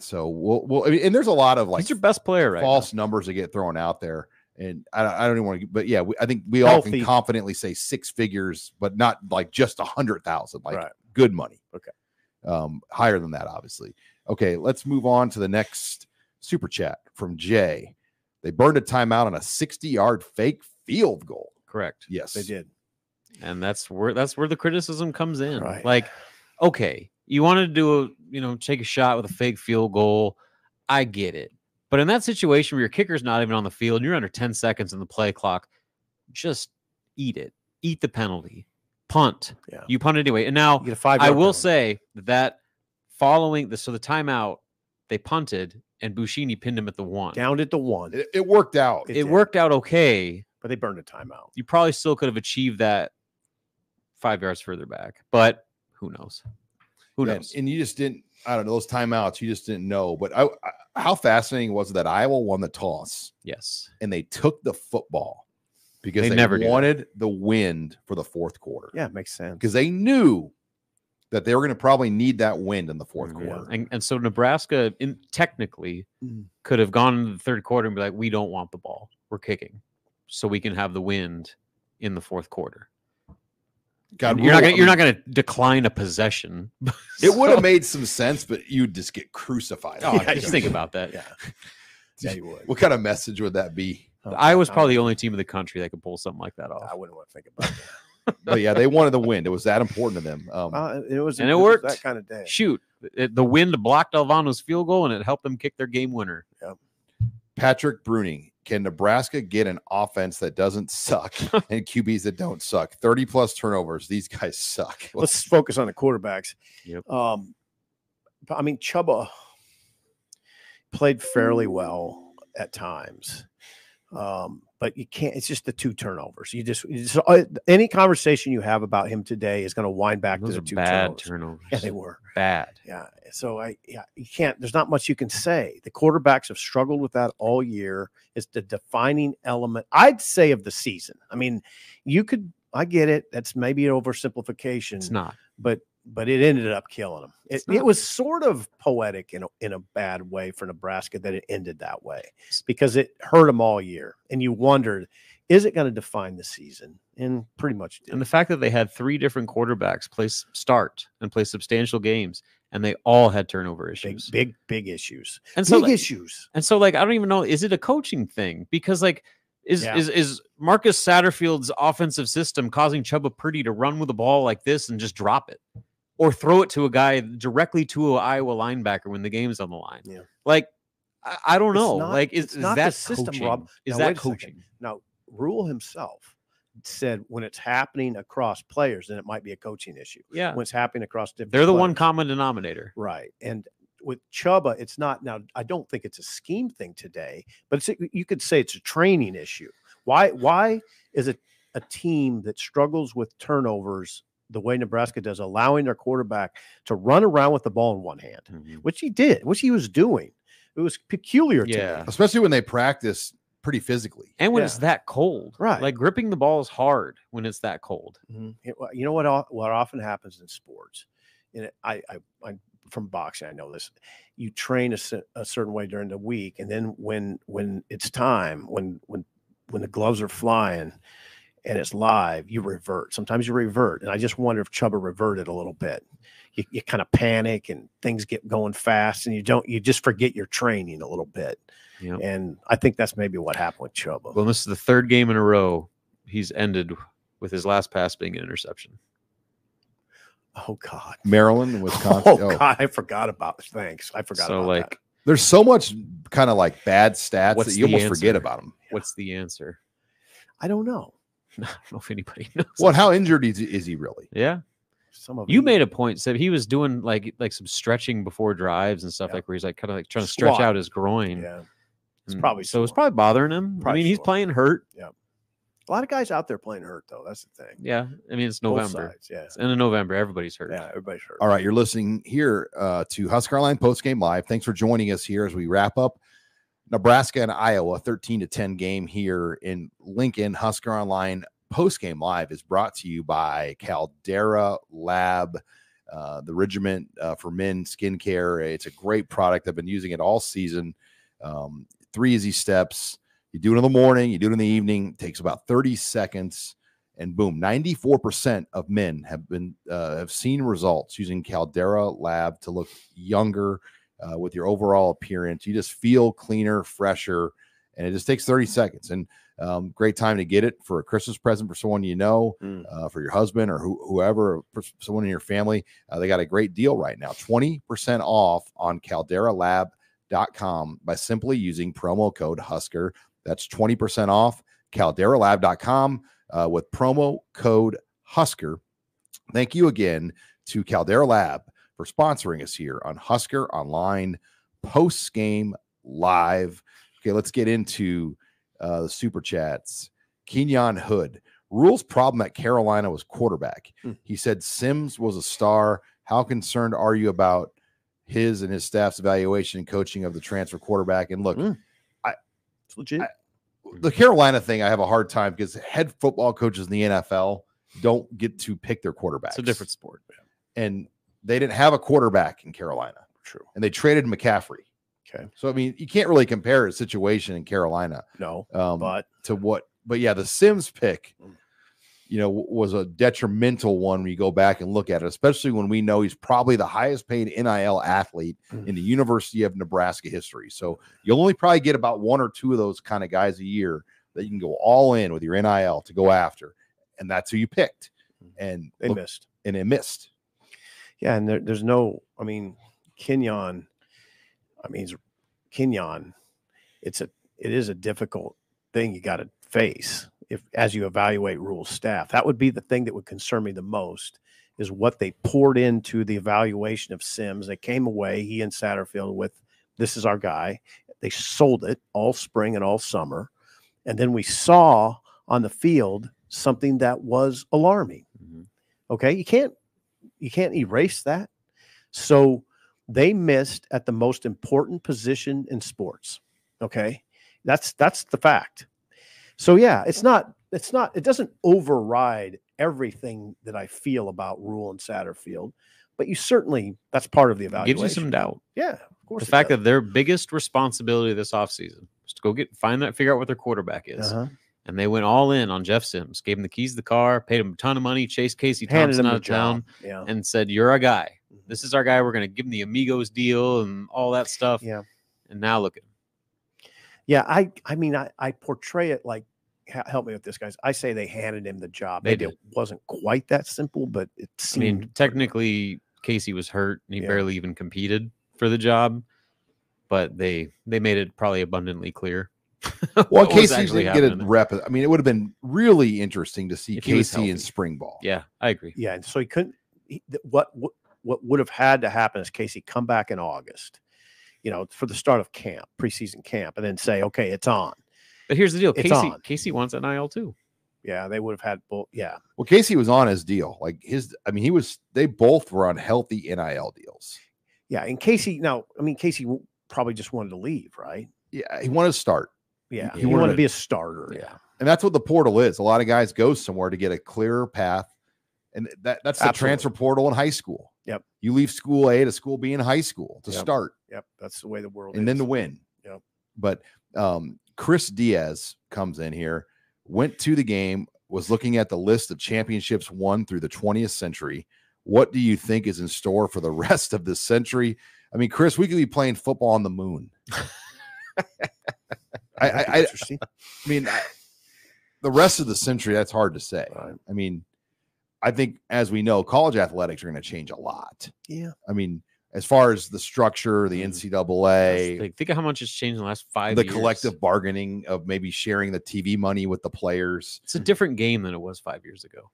So we'll, we'll I mean, and there's a lot of like He's your best player right now. false numbers that get thrown out there. And I, don't- I don't even want to, but yeah, we, I think we all Healthy. can confidently say six figures, but not like just a hundred thousand, like Right. good money. Okay. Um, higher than that, obviously. Okay. Let's move on to the next super chat from Jay. They burned a timeout on a 60 yard fake field goal. Correct. Yes. They did. and that's where that's where the criticism comes in Right. like okay you wanted to do a you know take a shot with a fake field goal i get it but in that situation where your kicker's not even on the field you're under 10 seconds in the play clock just eat it eat the penalty punt Yeah. you punt anyway and now You get a five. I yard will penalty. say that following the so the timeout they punted and Bushini pinned him at the one downed it to one, It, it worked out. it it, did. worked out okay but they burned a timeout. you probably still could have achieved that five yards further back, but who knows? Who Yeah, knows? And you just didn't, I don't know, those timeouts, you just didn't know. But I, I, how fascinating was it that Iowa won the toss? yes. and they took the football because they, They never do that. wanted the wind for the fourth quarter Yeah, makes sense. because they knew that they were going to probably need that wind in the 4th Mhm. quarter. And, and so Nebraska in, technically Mm-hmm. Mhm. could have gone into the third quarter and be like, we don't want the ball. We're kicking. So we can have the wind in the fourth quarter. God, And you're not really, gonna, you're I not gonna decline a possession. mean, It would So- have made some sense, but you'd just get crucified. Oh, Yeah, just think about that. Yeah, yeah, you would. Oh, What kind of message would that be? Okay, I was I probably the only team in the country that could pull something like that wouldn't- I off. wouldn't want to think about it. But yeah, they wanted the wind. It was that important to them. Um, Uh, it was And it was worked. that kind of day. Shoot, it- the wind blocked Alvano's field goal and it helped them kick their game winner. Patrick Bruning, can Nebraska get an offense that doesn't suck and QBs that don't suck? 30 plus turnovers. These guys suck. Let's focus on the quarterbacks. Yep. Um, but, I mean, Chuba played fairly well at times, um, but you can't. It's just the two turnovers. You just, you just uh, any conversation you have about him today is going to wind back Those to are the two bad turnovers. turnovers. yeah, they were. bad. Yeah. So I, yeah, you can't, there's not much you can say. The quarterbacks have struggled with that all year. It's the defining element, I'd say, of the season. I mean, you could, I get it. That's maybe an oversimplification, It's not. but, but it ended up killing them. It, It's it not. was sort of poetic in a, in a bad way for Nebraska that it ended that way because it hurt them all year. And you wondered, Is it going to define the season? And pretty much did. And the fact that they had three different quarterbacks play s- start and play substantial games, and they all had turnover big, issues. big, big issues. and so, big like, issues. and so, like, I don't even know. Is it a coaching thing? Because, like, is Yeah. is is Marcus Satterfield's offensive system causing Chuba Purdy to run with the ball like this and just drop it, or throw it to a guy directly to a Iowa linebacker when the game's on the line? Yeah. Like, I, I don't It's know. not- like, is, it's is not the that system, coaching? Rob. Is Now, wait that a second. coaching? Now, Rule himself said when it's happening across players, then it might be a coaching issue. Yeah, When it's happening across different, they're the one players. common denominator. Right. And with Chuba, it's not now. I don't think it's a scheme thing today, but it's, you could say it's a training issue. Why? Why is it a team that struggles with turnovers the way Nebraska does, allowing their quarterback to run around with the ball in one hand, which he did, which he was doing? It was peculiar. Yeah. To me. especially when they practice pretty physically. And when Yeah. it's that cold, Right. Like gripping the ball is hard when it's that cold. Mhm. It- well, you know what? al- What often happens in sports, and it- I, I, I from boxing, I know this. You train a, cer- a certain way during the week, and then when when it's time, when when when the gloves are flying, and it's live, you revert. Sometimes you revert, and I just wonder if Chuba reverted a little bit. You, you kind of panic, and things get going fast, and you don't. You just forget your training a little bit, Yep. and I think that's maybe what happened with Chuba. Well, this is the third game in a row he's ended with his last pass being an interception. oh God. Maryland, Wisconsin. Oh, Oh, God, I forgot about. Thanks, I forgot. so, about like, that. There's so much kind of like bad stats What's that you the almost forget answer? about them. what's the answer? I don't know. I don't know if anybody knows. Well, how injured is, is he really? Yeah, Some of you it- made a point, Seb. He was doing like like some stretching before drives and stuff, Yeah. like where he's like kind of like trying to stretch Squat. out his groin. Yeah, And probably Hmm. so. It's sore. probably bothering him. I Probably mean, he's sore. playing hurt. a lot of guys out there playing hurt though. That's the thing. Yeah, I mean it's Both November. sides, Yeah, It's end of November. Everybody's hurt. yeah, everybody's hurt. All right, you're listening here uh, to Husker Line Post Game Live. Thanks for joining us here as we wrap up Nebraska and Iowa 13 to 10 game here in Lincoln. Husker Online Post Game Live is brought to you by Caldera Lab, uh, the regiment uh, for men skincare. It's a great product. I've been using it all season. Um, three easy steps. You do it in the morning, you do it in the evening. takes about 30 seconds and boom, 94% of men have been uh, have seen results using Caldera Lab to look younger uh, with your overall appearance. You just feel cleaner, fresher, and it just takes 30 seconds. And um, great time to get it for a Christmas present for someone you know, Mm. uh, for your husband or who, whoever, for s- someone in your family. Uh, they got a great deal right now 20% off on calderalab.com by simply using promo code Husker. That's 20% off calderalab.com uh, with promo code Husker. Thank you again to Caldera Lab for sponsoring us here on Husker Online post game live. Okay, let's get into uh, the super chats. Kenyon Hood. Rule's problem at Carolina was quarterback. Hmm. He said Sims was a star. How concerned are you about his and his staff's evaluation and coaching of the transfer quarterback? And look, Hmm. It's legit. I- the Carolina thing, I have a hard time because head football coaches in the NFL don't get to pick their quarterbacks. It's a different sport. And they didn't have a quarterback in Carolina, True. and they traded McCaffrey. Okay. So I mean, you can't really compare his situation in Carolina No, um, but to what. But yeah, the Sims pick, Mm. you know, w- was a detrimental one when you go back and look at it, especially when we know he's probably the highest paid NIL athlete Mm. in the University of Nebraska history. So you'll only probably get about one or two of those kind of guys a year that you can go all in with your NIL to go after, and that's who you picked, Mm. and they look- missed. and it missed. Yeah, and there, there's no. I mean, Kenyon. I mean, it's- Kenyon. It's a. It is a difficult thing you got to face if as you evaluate rules staff. That would be the thing that would concern me the most is what they poured into the evaluation of Sims. They came away he and Satterfield with this is our guy. They sold it all spring and all summer, and then we saw on the field something that was alarming okay you can't you can't erase that so they missed at the most important position in sports okay that's that's the fact so yeah it's not it's not it doesn't override everything that i feel about rule and satterfield but you certainly that's part of the evaluation Gives you some doubt. yeah of course the fact that their biggest responsibility this offseason is to go get find that figure out what their quarterback is uh and they went all in on Jeff Sims, gave him the keys to the car, paid him a ton of money, chased Casey Handed Thompson him out the of town, job. Yeah. Mm-hmm. and said, "You're our guy. This is our guy. We're going to give him the Amigos deal and all that stuff." Yeah. And now look at him. Yeah. I I mean, I, I portray it like h- help me with this, guys. I say they handed him the job. They Maybe did. it wasn't quite that simple, but it I seemed mean, technically, Casey was hurt and he Yeah. barely even competed for the job, but they they made it probably abundantly clear. Well, what was Casey actually didn't get a happening. rep. I mean, it would have been really interesting to see If he was Casey in healthy. spring ball. Yeah, I agree. Yeah, and so he couldn't. He, th- what what what would have had to happen is Casey come back in August, you know, for the start of camp, preseason camp, and then say, okay, it's on. But here's the deal: It's Casey on. Casey wants an IL too. Yeah, they would have had both. Yeah, Well, Casey was on his deal. Like his, I mean, he was. They both were on healthy nil deals. yeah, and Casey. Now, I mean, Casey w- probably just wanted to leave, right? Yeah, he wanted to start, Yeah, he he, wanted wanted- to be a starter. yeah. Yeah, and that's what the portal is. A lot of guys go somewhere to get a clearer path, and that that's the Absolutely. transfer portal in high school. Yep. You leave school A to school B in high school to Yep. start, yep, that's the way the world. and then is. to win. Yep. But um, Chris Diaz comes in here, went to the game, was looking at the list of championships won through the 20th century. What do you think is in store for the rest of this century? I mean, Chris, we could be playing football on the moon. I, I, That'd be I, interesting. I mean, I- the rest of the century, that's hard to say. Right. I mean, I think, as we know, college athletics are going to change a lot. yeah, I mean, as far as the structure, the Mm. Mhm. NCAA, Like, think of how much it's changed in the last five. the years. collective bargaining of maybe sharing the TV money with the players. It's a different game than it was five years ago.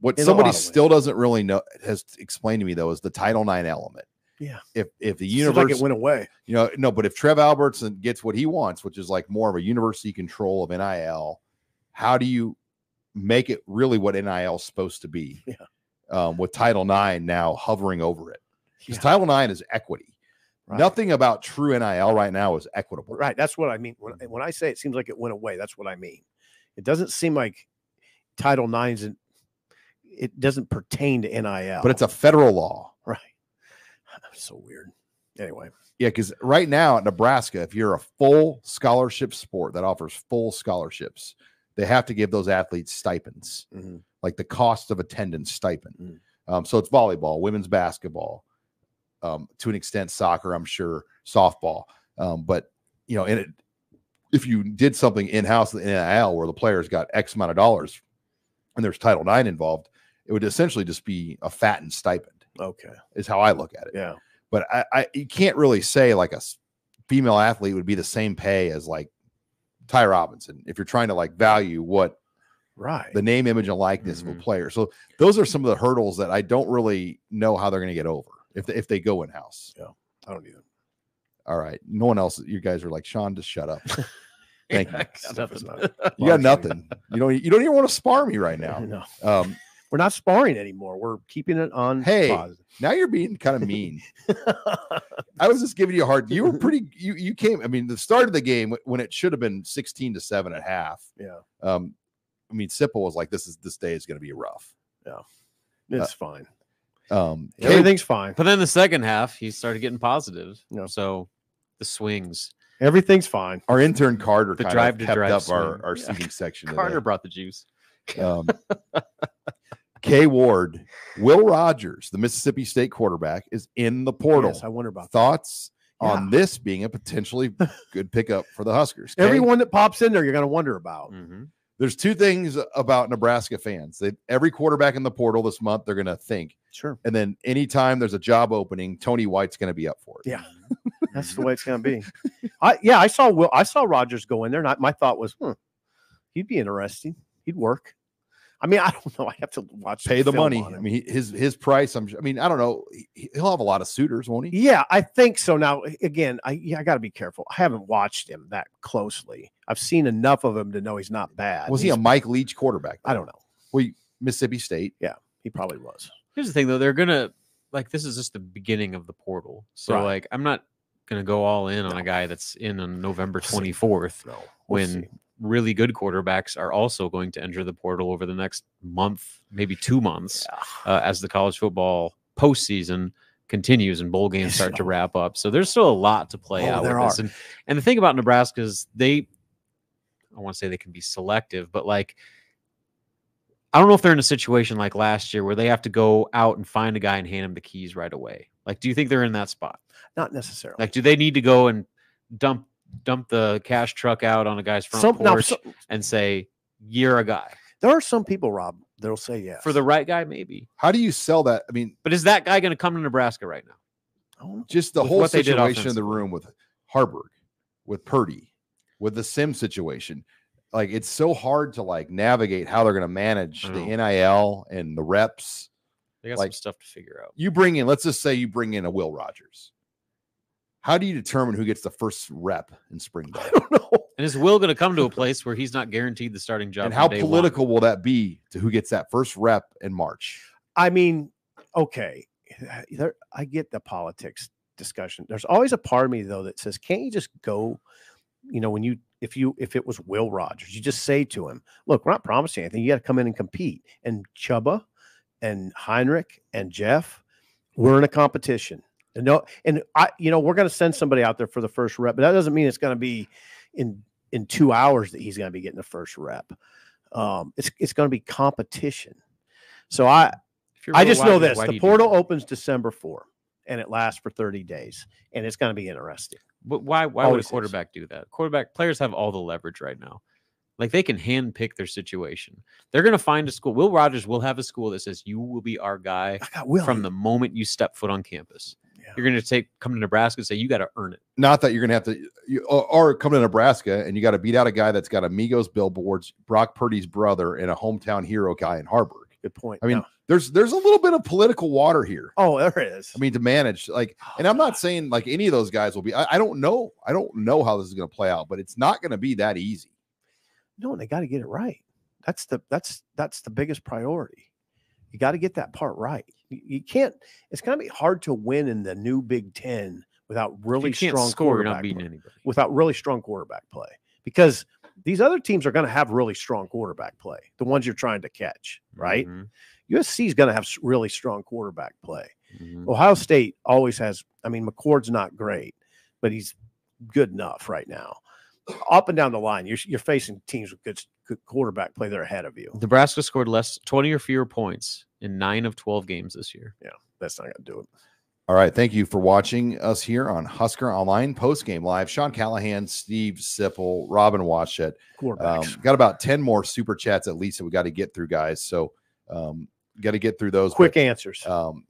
What In a somebody lot of still doesn't really know has explained to me though is the Title IX element. Yeah. If if the Seems like university, it went away. you know, no, but if Trev Albertson gets what he wants, which is like more of a university control of NIL, how do you make it really what NIL is supposed to be? Yeah. Um, with Title IX now hovering over it, because Yeah. Title IX is equity. Right. Nothing about true NIL right now is equitable. Right. That's what I mean. When, Mm-hmm. when I say it seems like it went away, that's what I mean. It doesn't seem like Title IX's and it doesn't pertain to NIL. But it's a federal law. right. So weird. Anyway, Yeah, because right now at Nebraska, if you're a full scholarship sport that offers full scholarships, they have to give those athletes stipends, Mhm. like the cost of attendance stipend. Mm. Um, so it's volleyball, women's basketball, um, to an extent, soccer, I'm sure, softball. Um, but you know, in it, if you did something in house in NIL where the players got X amount of dollars, and there's Title IX involved, it would essentially just be a fattened stipend. okay. Is how I look at it Yeah. but I, I you can't really say like a s- female athlete would be the same pay as like Ty Robinson if you're trying to like value what Right. the name, image, and likeness of a Mhm. player. So those are some of the hurdles that I don't really know how they're going to get over if they, if they go in house. I don't either. All right, no one else. You guys are like Sean, just shut up. Thank you. I got nothing. You got nothing. You don't. You don't even want to spar me right now. No. Um, We're not sparring anymore. We're keeping it on. Hey. pause. now you're being kind of mean. I was just giving you a hard. You were pretty. You you came. I mean, the start of the game when it should have been sixteen to seven at half. yeah. Um, I mean, Sipple was like, "This is this day is going to be rough." It's fine. Um, K- Everything's fine. But then the second half, he started getting positive. Yeah. So the swings. Everything's fine. our intern Carter The kind drive of to kept drive up our, swing. our Yeah. seating section. today. Carter brought the juice. Um, K Ward, Will Rogers, the Mississippi State quarterback, is in the portal. Yes, I wonder about that. Thoughts on this being a potentially good pickup for the Huskers? K? Everyone that pops in there, you're going to wonder about. Mm-hmm. there's two things about Nebraska fans. They, every quarterback in the portal this month, they're going to think, Sure. and then anytime there's a job opening, Tony White's going to be up for it. Yeah. That's the way it's going to be. I yeah, I saw Will. I saw Rogers go in there, and I, my thought was, hmm, he'd be interesting. He'd work. I mean, I don't know. I have to watch. pay the film money. on I him. mean, he- his his price. I'm. su- I mean, I don't know. He- He'll have a lot of suitors, won't he? yeah, I think so. Now, a- again, I yeah, I got to be careful. I haven't watched him that closely. I've seen enough of him to know he's not bad. Was he a He's- Mike Leach quarterback? I don't know. Mississippi State. He probably was. Here's the thing, though. They're going to, like, this is just the beginning of the portal. So, Right. like, I'm not going to go all in on No. a guy that's in on November We'll see. 24th No. when really good quarterbacks are also going to enter the portal over the next month, maybe two months. uh, as the college football postseason continues and bowl games Yes. start to wrap up. So there's still a lot to play Oh, out there with this. And, and the thing about Nebraska is they, I want to say they can be selective, but like I don't know if they're in a situation like last year where they have to go out and find a guy and hand him the keys right away. Like, do you think they're in that spot? Not necessarily. Like, do they need to go and dump dump the cash truck out on a guy's front some, now, porch some- and say you're a guy there are some people, Rob, that'll say yes for the right guy, maybe? How do you sell that? I mean, But is that guy going to come to Nebraska right now? I don't know. just the With whole what they did situation in the offensively. room with Harburg, with Purdy, with the Sim situation. Like it's so hard to like navigate how they're going to manage I the know. Mm. NIL and the reps. They got some Like- stuff to figure out. You bring in, let's just say you bring in a Will Rogers. How do you determine who gets the first rep in spring ball? I don't know. And is Will going to come to a place where he's not guaranteed the starting job? and from how day one? political will that be to who gets that first rep in March? I mean, okay, uh, there, I get the politics discussion. There's always a part of me though that says, can't you just go? You know, when you if you if it was Will Rogers, you just say to him, look, we're not promising anything. You got to come in and compete. And Chuba, and Heinrich, and Jeff, we're in a competition. And no, and I, you know, we're going to send somebody out there for the first rep, but that doesn't mean it's going to be in in two hours that he's going to be getting the first rep. Um, it's it's going to be competition. So I If you're I Will just know Rogers, this: why do the you do portal that? opens December four, and it lasts for thirty days, and it's going to be interesting. But why? Why would Always a is. quarterback do that? Quarterback players have all the leverage right now. Like they can handpick their situation. They're going to find a school. Will Rogers will have a school that says you will be our guy I got Will from the moment you step foot on campus. Yeah. You're going to take come to Nebraska and say you got to earn it. Not that you're going to have to, you, or, or come to Nebraska and you got to beat out a guy that's got amigos billboards, Brock Purdy's brother, and a hometown hero guy in Harburg. good point. I mean, No. there's there's a little bit of political water here. oh, there it is. I mean, to manage like, and I'm not saying like any of those guys will be. I, I don't know. I don't know how this is going to play out, but it's not going to be that easy. no, they got to get it right. That's the that's that's the biggest priority. You got to get that part right. You, you can't. It's going to be hard to win in the new Big Ten without If really you can't strong score. You're quarterback not beating play- anybody. without really strong quarterback play because these other teams are going to have really strong quarterback play. The ones you're trying to catch, right? Mhm, USC is going to have s- really strong quarterback play. mhm. Ohio State always has. I mean, McCord's not great, but he's good enough right now. Up and down the line, you're you're facing teams with good, s- good quarterback play. They're ahead of you. Nebraska scored less 20 or fewer points in nine of 12 games this year. That's not going to do it. All right. Thank you for watching us here on Husker Online Post Game Live. Sean Callahan, Steve Sipple, Robin Washett. Um, Quarterbacks. got about 10 more super chats at least that we got to get through, guys. So um, got to get through those. Quick but, answers. um,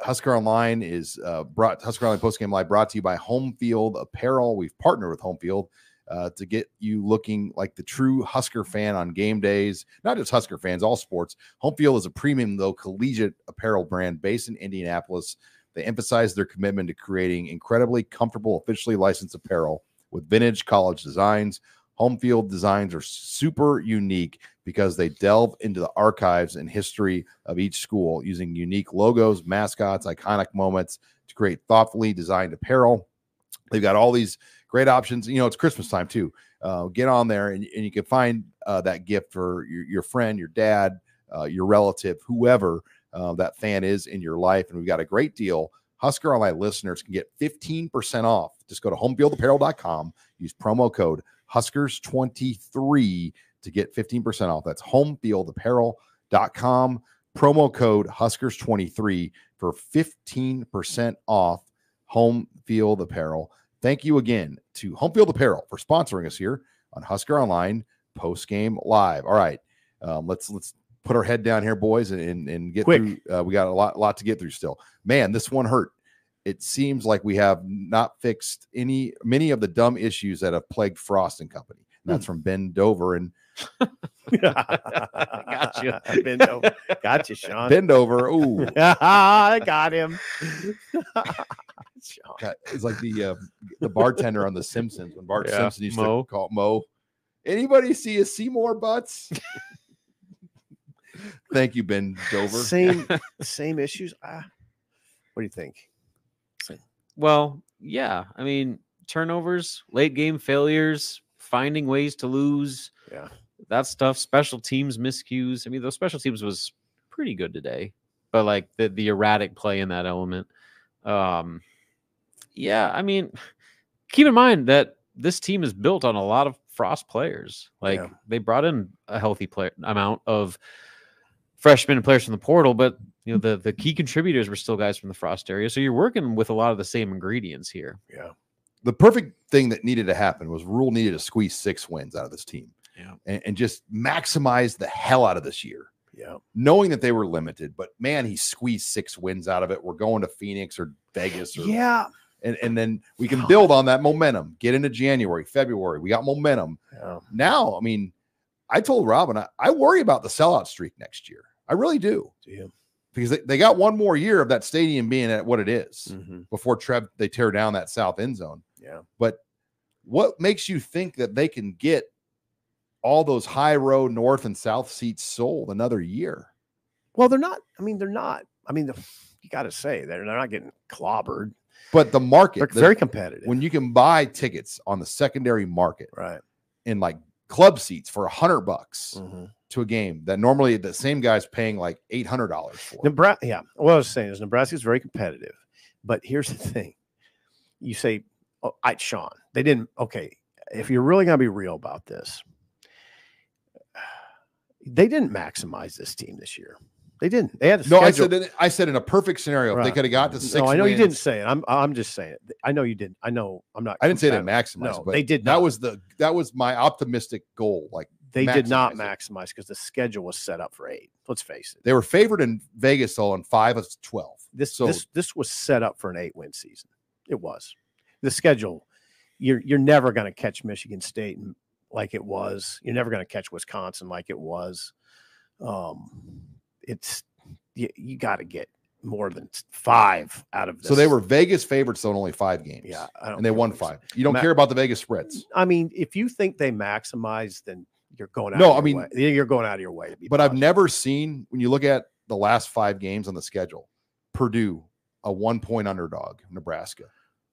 Husker Online is uh, brought Husker Online Post Game Live brought to you by Home Field Apparel. We've partnered with Home Field uh, to get you looking like the true Husker fan on game days. Not just Husker fans, all sports. Home Field is a premium though collegiate apparel brand based in Indianapolis. They emphasize their commitment to creating incredibly comfortable, officially licensed apparel with vintage college designs. Home field designs are super unique because they delve into the archives and history of each school using unique logos, mascots, iconic moments to create thoughtfully designed apparel. They've got all these great options. You know, it's Christmas time too. Uh, get on there and, and you can find uh, that gift for your, your friend, your dad, uh, your relative, whoever uh, that fan is in your life. And we've got a great deal. Husker Online listeners can get 15% off. Just go to homefieldapparel.com, use promo code Huskers23 to get 15% off. That's homefieldapparel.com. Promo code Huskers23 for 15% off home field apparel. Thank you again to Home Field Apparel for sponsoring us here on Husker Online post game live. All right, um, let's let's put our head down here, boys, and and, and get Quick. through. Uh, we got a lot lot to get through still. Man, this one hurt. It seems like we have not fixed any many of the dumb issues that have plagued Frost and Company. And that's from Ben Dover and Gotcha. Bend over. Gotcha, Sean. Ben Dover. Ooh, I got him. Sean. God, it's like the uh, the bartender on The Simpsons when Bart Yeah, Simpson used Mo. to call Mo. Anybody see a Seymour butts? Thank you, Ben Dover. Same same issues. Ah, what do you think? Well, yeah. I mean, turnovers, late game failures, finding ways to lose. Yeah. That stuff, special teams miscues. I mean, those special teams was pretty good today, but like the the erratic play in that element. Um yeah, I mean, keep in mind that this team is built on a lot of Frost players. Like Yeah. they brought in a healthy player amount of freshmen and players from the portal, but you know the the key contributors were still guys from the Frost area. So you're working with a lot of the same ingredients here. the perfect thing that needed to happen was Rule needed to squeeze six wins out of this team, Yeah. and, and just maximize the hell out of this year, Yeah. knowing that they were limited. But man, he squeezed six wins out of it. We're going to Phoenix or Vegas, or, Yeah. and and then we can build on that momentum. Get into January, February, we got momentum. Yeah. Now, I mean, I told Robin I, I worry about the sellout streak next year. I really do Yeah. because they, they got one more year of that stadium being at what it is Mhm. before Trev they tear down that south end zone. Yeah. But what makes you think that they can get all those high row north and south seats sold another year? Well, they're not. I mean, they're not. I mean, the, you got to say they're they're not getting clobbered. But the They're market, the- very competitive. when you can buy tickets on the secondary market right. in like club seats for a hundred bucks Mm-hmm. to a game that normally the same guy's paying like eight hundred dollars for. Nebraska. Yeah. What I was saying is Nebraska is very competitive, but here's the thing: you say, "Oh, I Sean, they didn't." Okay, if you're really gonna be real about this, they didn't maximize this team this year. They didn't. They had a no, I schedule- said in, I said in a perfect scenario, if they Right. could have got to six. No, I know you didn't wins- say it. I'm. I'm just saying it. I know you didn't. I know. I'm not. I didn't say they that. maximized, No, but they did That not. was the that was my optimistic goal. Like They did not maximize maximize because the schedule was set up for eight. Let's face it. they were favored in Vegas on five of twelve. This So- this this was set up for an eight win season. It was the schedule. You're you're never going to catch Michigan State m- like it was. You're never going to catch Wisconsin like it was. Um, it's you, you got to get more than five out of. This. So they were Vegas favorites so only five games. yeah, I don't and they care won what you say. five. You don't Ma- care about the Vegas spreads. I mean, if you think they maximize, then you're going out. No, of I mean- your way- you're going out of your way. To be But I've positive. never seen when you look at the last five games on the schedule, Purdue, a one point underdog, Nebraska,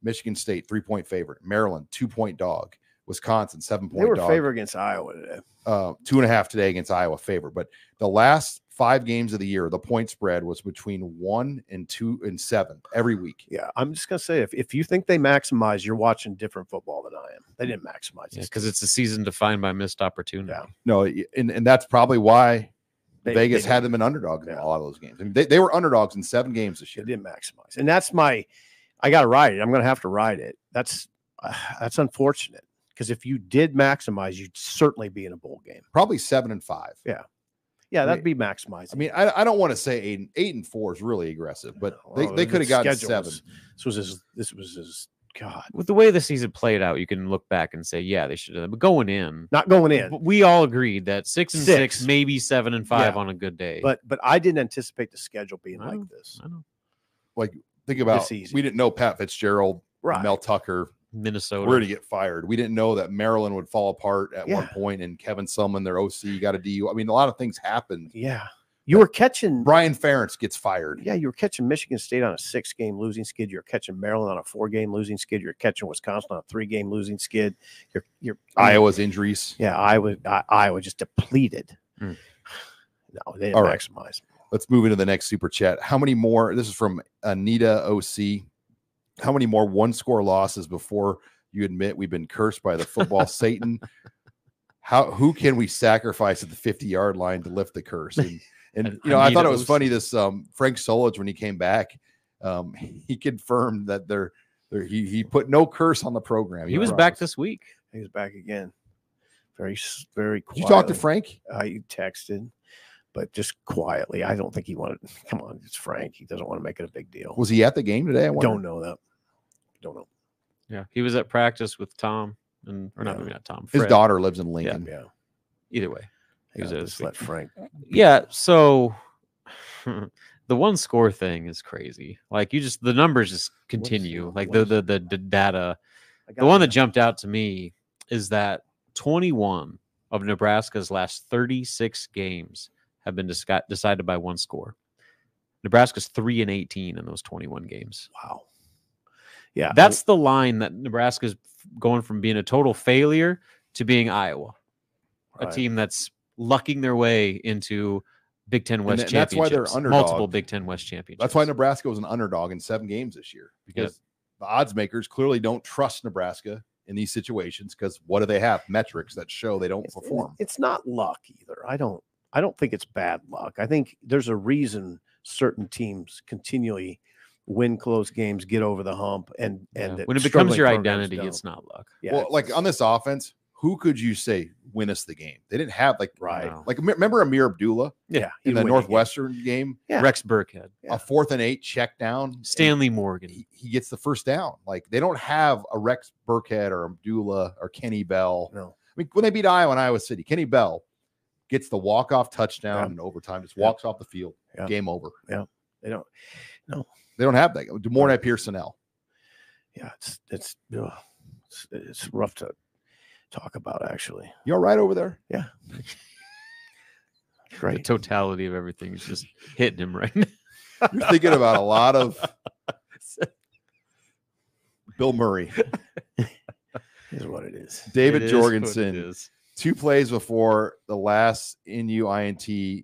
Michigan State, three point favorite, Maryland, two point dog, Wisconsin, seven they point were dog, favored against Iowa today. uh, two and a half today against Iowa favorite. But the last five games of the year, the point spread was between one and two and seven every week. Yeah, I'm just gonna say if, if you think they maximize, you're watching different football than I am. They Mm. didn't maximize this. because it's a season defined by missed opportunity. Yeah. No, y- and, and that's probably why They- Vegas they had didn't- them an underdog in a Yeah. lot of those games. I mean, they, they were underdogs in seven games this They year. didn't maximize, and that's my. I got to ride it. I'm gonna have to ride it. That's uh, that's unfortunate because if you did maximize, you'd certainly be in a bowl game. Probably seven and five. Yeah, I that'd be maximizing. I mean, I, I don't want to say eight and, eight and four is really aggressive, but they, Well, they oh, the could have gotten schedule seven. was- this was his. This was his. God, With the way the season played out, you can look back and say, yeah, they should have. But going in, not going in. w- we all agreed that six and six, Six. maybe seven and five Yeah. on a good day. but but I didn't anticipate the schedule being Well, like this. I don't know. Think about easy. we didn't know Pat Fitzgerald, Mel Tucker Minnesota. were to get fired. We didn't know that Maryland would fall apart at one Yeah. point, and Kevin Sumlin, their OC, got a DU. I mean, a lot of things happened. Yeah, you were catching. Brian Ferentz gets fired. Yeah, you were catching Michigan State on a six-game losing skid. You're catching Maryland on a four-game losing skid. You're catching Wisconsin on a three-game losing skid. You're you're Iowa's injuries. Yeah, Iowa. I, Iowa just depleted. Mm. No, they didn't All right. maximize. Let's move into the next super chat. How many more? This is from Anita OC. How many more one score losses before you admit we've been cursed by the football Satan? How who can we sacrifice at the 50 yard line to lift the curse? And, and An- you know, I thought it Anita was OC. funny. This um, Frank Solich, when he came back, um, he confirmed that they're, they're he, he put no curse on the program. he was back promised. this week. He was back again. Very s- very. Did you talk to Frank? quietly. I texted, but just quietly. I don't think he wanted. Come on, it's Frank. He doesn't want to make it a big deal. Was he at the game today? I wonder. don't know that. Don't know. Yeah, he was at practice with Tom and or not Yeah. maybe not Tom. His Fred. daughter lives in Lincoln. Yeah. Either way. He Yeah, was there this just week. let Frank. Yeah. So the one score thing is crazy. Like you just the numbers just continue. score? Like What the is the, the the data. I got The one you. that jumped out to me is that 21 of Nebraska's last 36 games have been disca- decided by one score. Nebraska's 3 and 18 in those 21 games. Wow. Yeah. That's the line that Nebraska's going from being a total failure to being Iowa, a right. team that's lucking their way into Big 10 West tha- that's why championships. they're multiple underdog. Big 10 West championships. That's why Nebraska was an underdog in seven games this year because the odds makers clearly don't trust Nebraska in these situations because what do they have? Metrics that show they don't It's- and perform. It's not luck either. I don't I don't think it's bad luck. I think there's a reason certain teams continually win close games, get over the hump, and and Yeah. that when it becomes struggling your programs identity, don't. it's not luck. yeah, well, like on this offense, who could you say win us the game? They didn't have like Right. No. like me- remember Amir Abdullah Yeah. in he'd the win game. Northwestern game, Yeah. Rex Burkhead, Yeah. a fourth and eight check down. and Stanley Morgan. he, he gets the first down. Like they don't have a Rex Burkhead or Abdullah or Kenny Bell. No. I mean, when they beat Iowa and Iowa City, Kenny Bell gets the walk off touchdown Yeah. in overtime, just Yeah. walks off the field. Yeah. Game over. They don't They don't have that. Des Moines at Pearsonell. yeah, it's it's ugh, it's, it's rough to talk about actually. You all right over there? The Great. totality of everything is just hitting him right now. You're thinking about a lot of Bill Murray, is what it is. David It is what it Jorgensen. is. Two plays before the last NU INT, the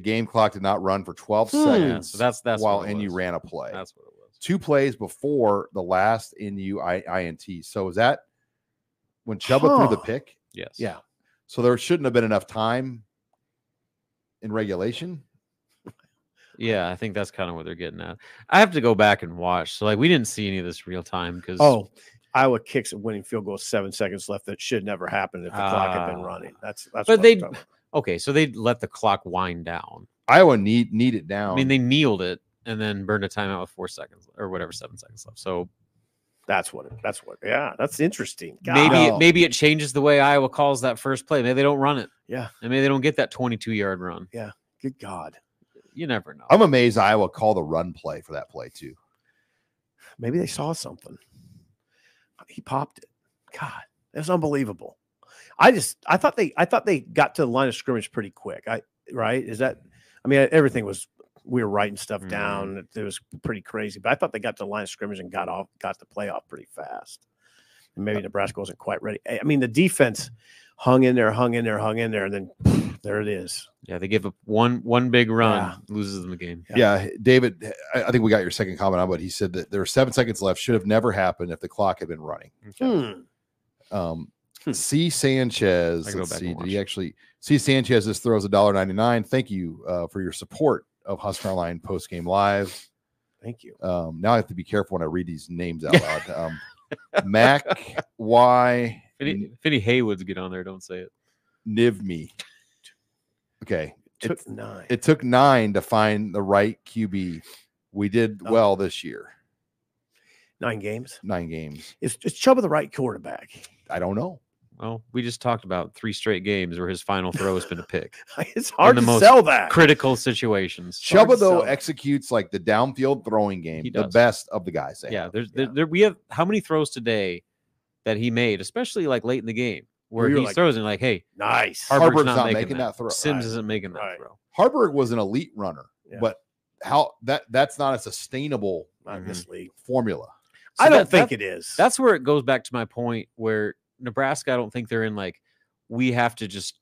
game clock did not run for 12 Hmm. Yeah, seconds so that's that's while what it NU was. ran a play. That's what it was. two plays before the last NU I- INT. So is that when Chuba Huh. threw the pick? Yes. Yeah. So there shouldn't have been enough time in regulation. Yeah, I think that's kind of what they're getting at. I have to go back and watch. So like we didn't see any of this real time because Oh, Iowa kicks a winning field goal, seven seconds left. That should never happen if the clock had been Ah. running. That's that's. what But I'm they- talking about. okay, so they let the clock wind down. Iowa need need it down. I mean, they kneeled it and then burned a timeout with four seconds or whatever, seven seconds left. So That's what. it- That's what. Yeah, that's interesting. maybe God. No. it, maybe it changes the way Iowa calls that first play. Maybe they don't run it. Yeah. and maybe they don't get that twenty-two yard run. Good God. You never know. I'm amazed Iowa called a run play for that play too. Maybe they saw something. He popped it. God, that's unbelievable. I just. I thought they. I thought they got to the line of scrimmage pretty quick. I right. Is that? I mean, everything was. We were writing stuff Mm-hmm. Mhm. down. It, it was pretty crazy. But I thought they got to the line of scrimmage and got off. Got the play off pretty fast. And Uh, maybe Nebraska wasn't quite ready. I I mean, the defense hung in there, hung in there, hung in there, and then there it is. yeah, they give up one one big run, Yeah. loses them the game. Yeah, David, I, I think we got your second comment on, but he said that there were seven seconds left. Should have never happened if the clock had been running. Hmm. Um, Hmm. C. I Sanchez. can go Let's back see. and Did he watch. actually? C. Sanchez just throws a dollar ninety nine. Thank you uh, for your support of Husker Online post game live. Thank you. Um, now I have to be careful when I read these names out loud. Um, Mac Y Finny, Mm-hmm. Finny Haywood's get on there. Don't say it. Nivme. Okay, Took It's- nine. it took nine to find the right QB. We did Oh. well this year. nine games. Nine games. Is, is Chuba the right quarterback? I don't know. Well, we just talked about three straight games where his final throw has been a pick. It's hard the to most sell that. Critical situations. Sure. hard Chuba to though sell. executes like the downfield throwing game, He the does. best of the guys. they yeah, have. there's yeah. There, there, we have how many throws today that he made, especially like late in the game, where We were he like- throws and like, hey, nice. Harper's, Harburg's not, making, that. throw. Sims Right. isn't making that Right. throw. Harburg was an elite runner, Yeah. but how that that's not a sustainable Not in this league. formula. Mm-hmm. So I don't that- think it that- is. That's where it goes back to my point where Nebraska, I don't think they're in like we have to just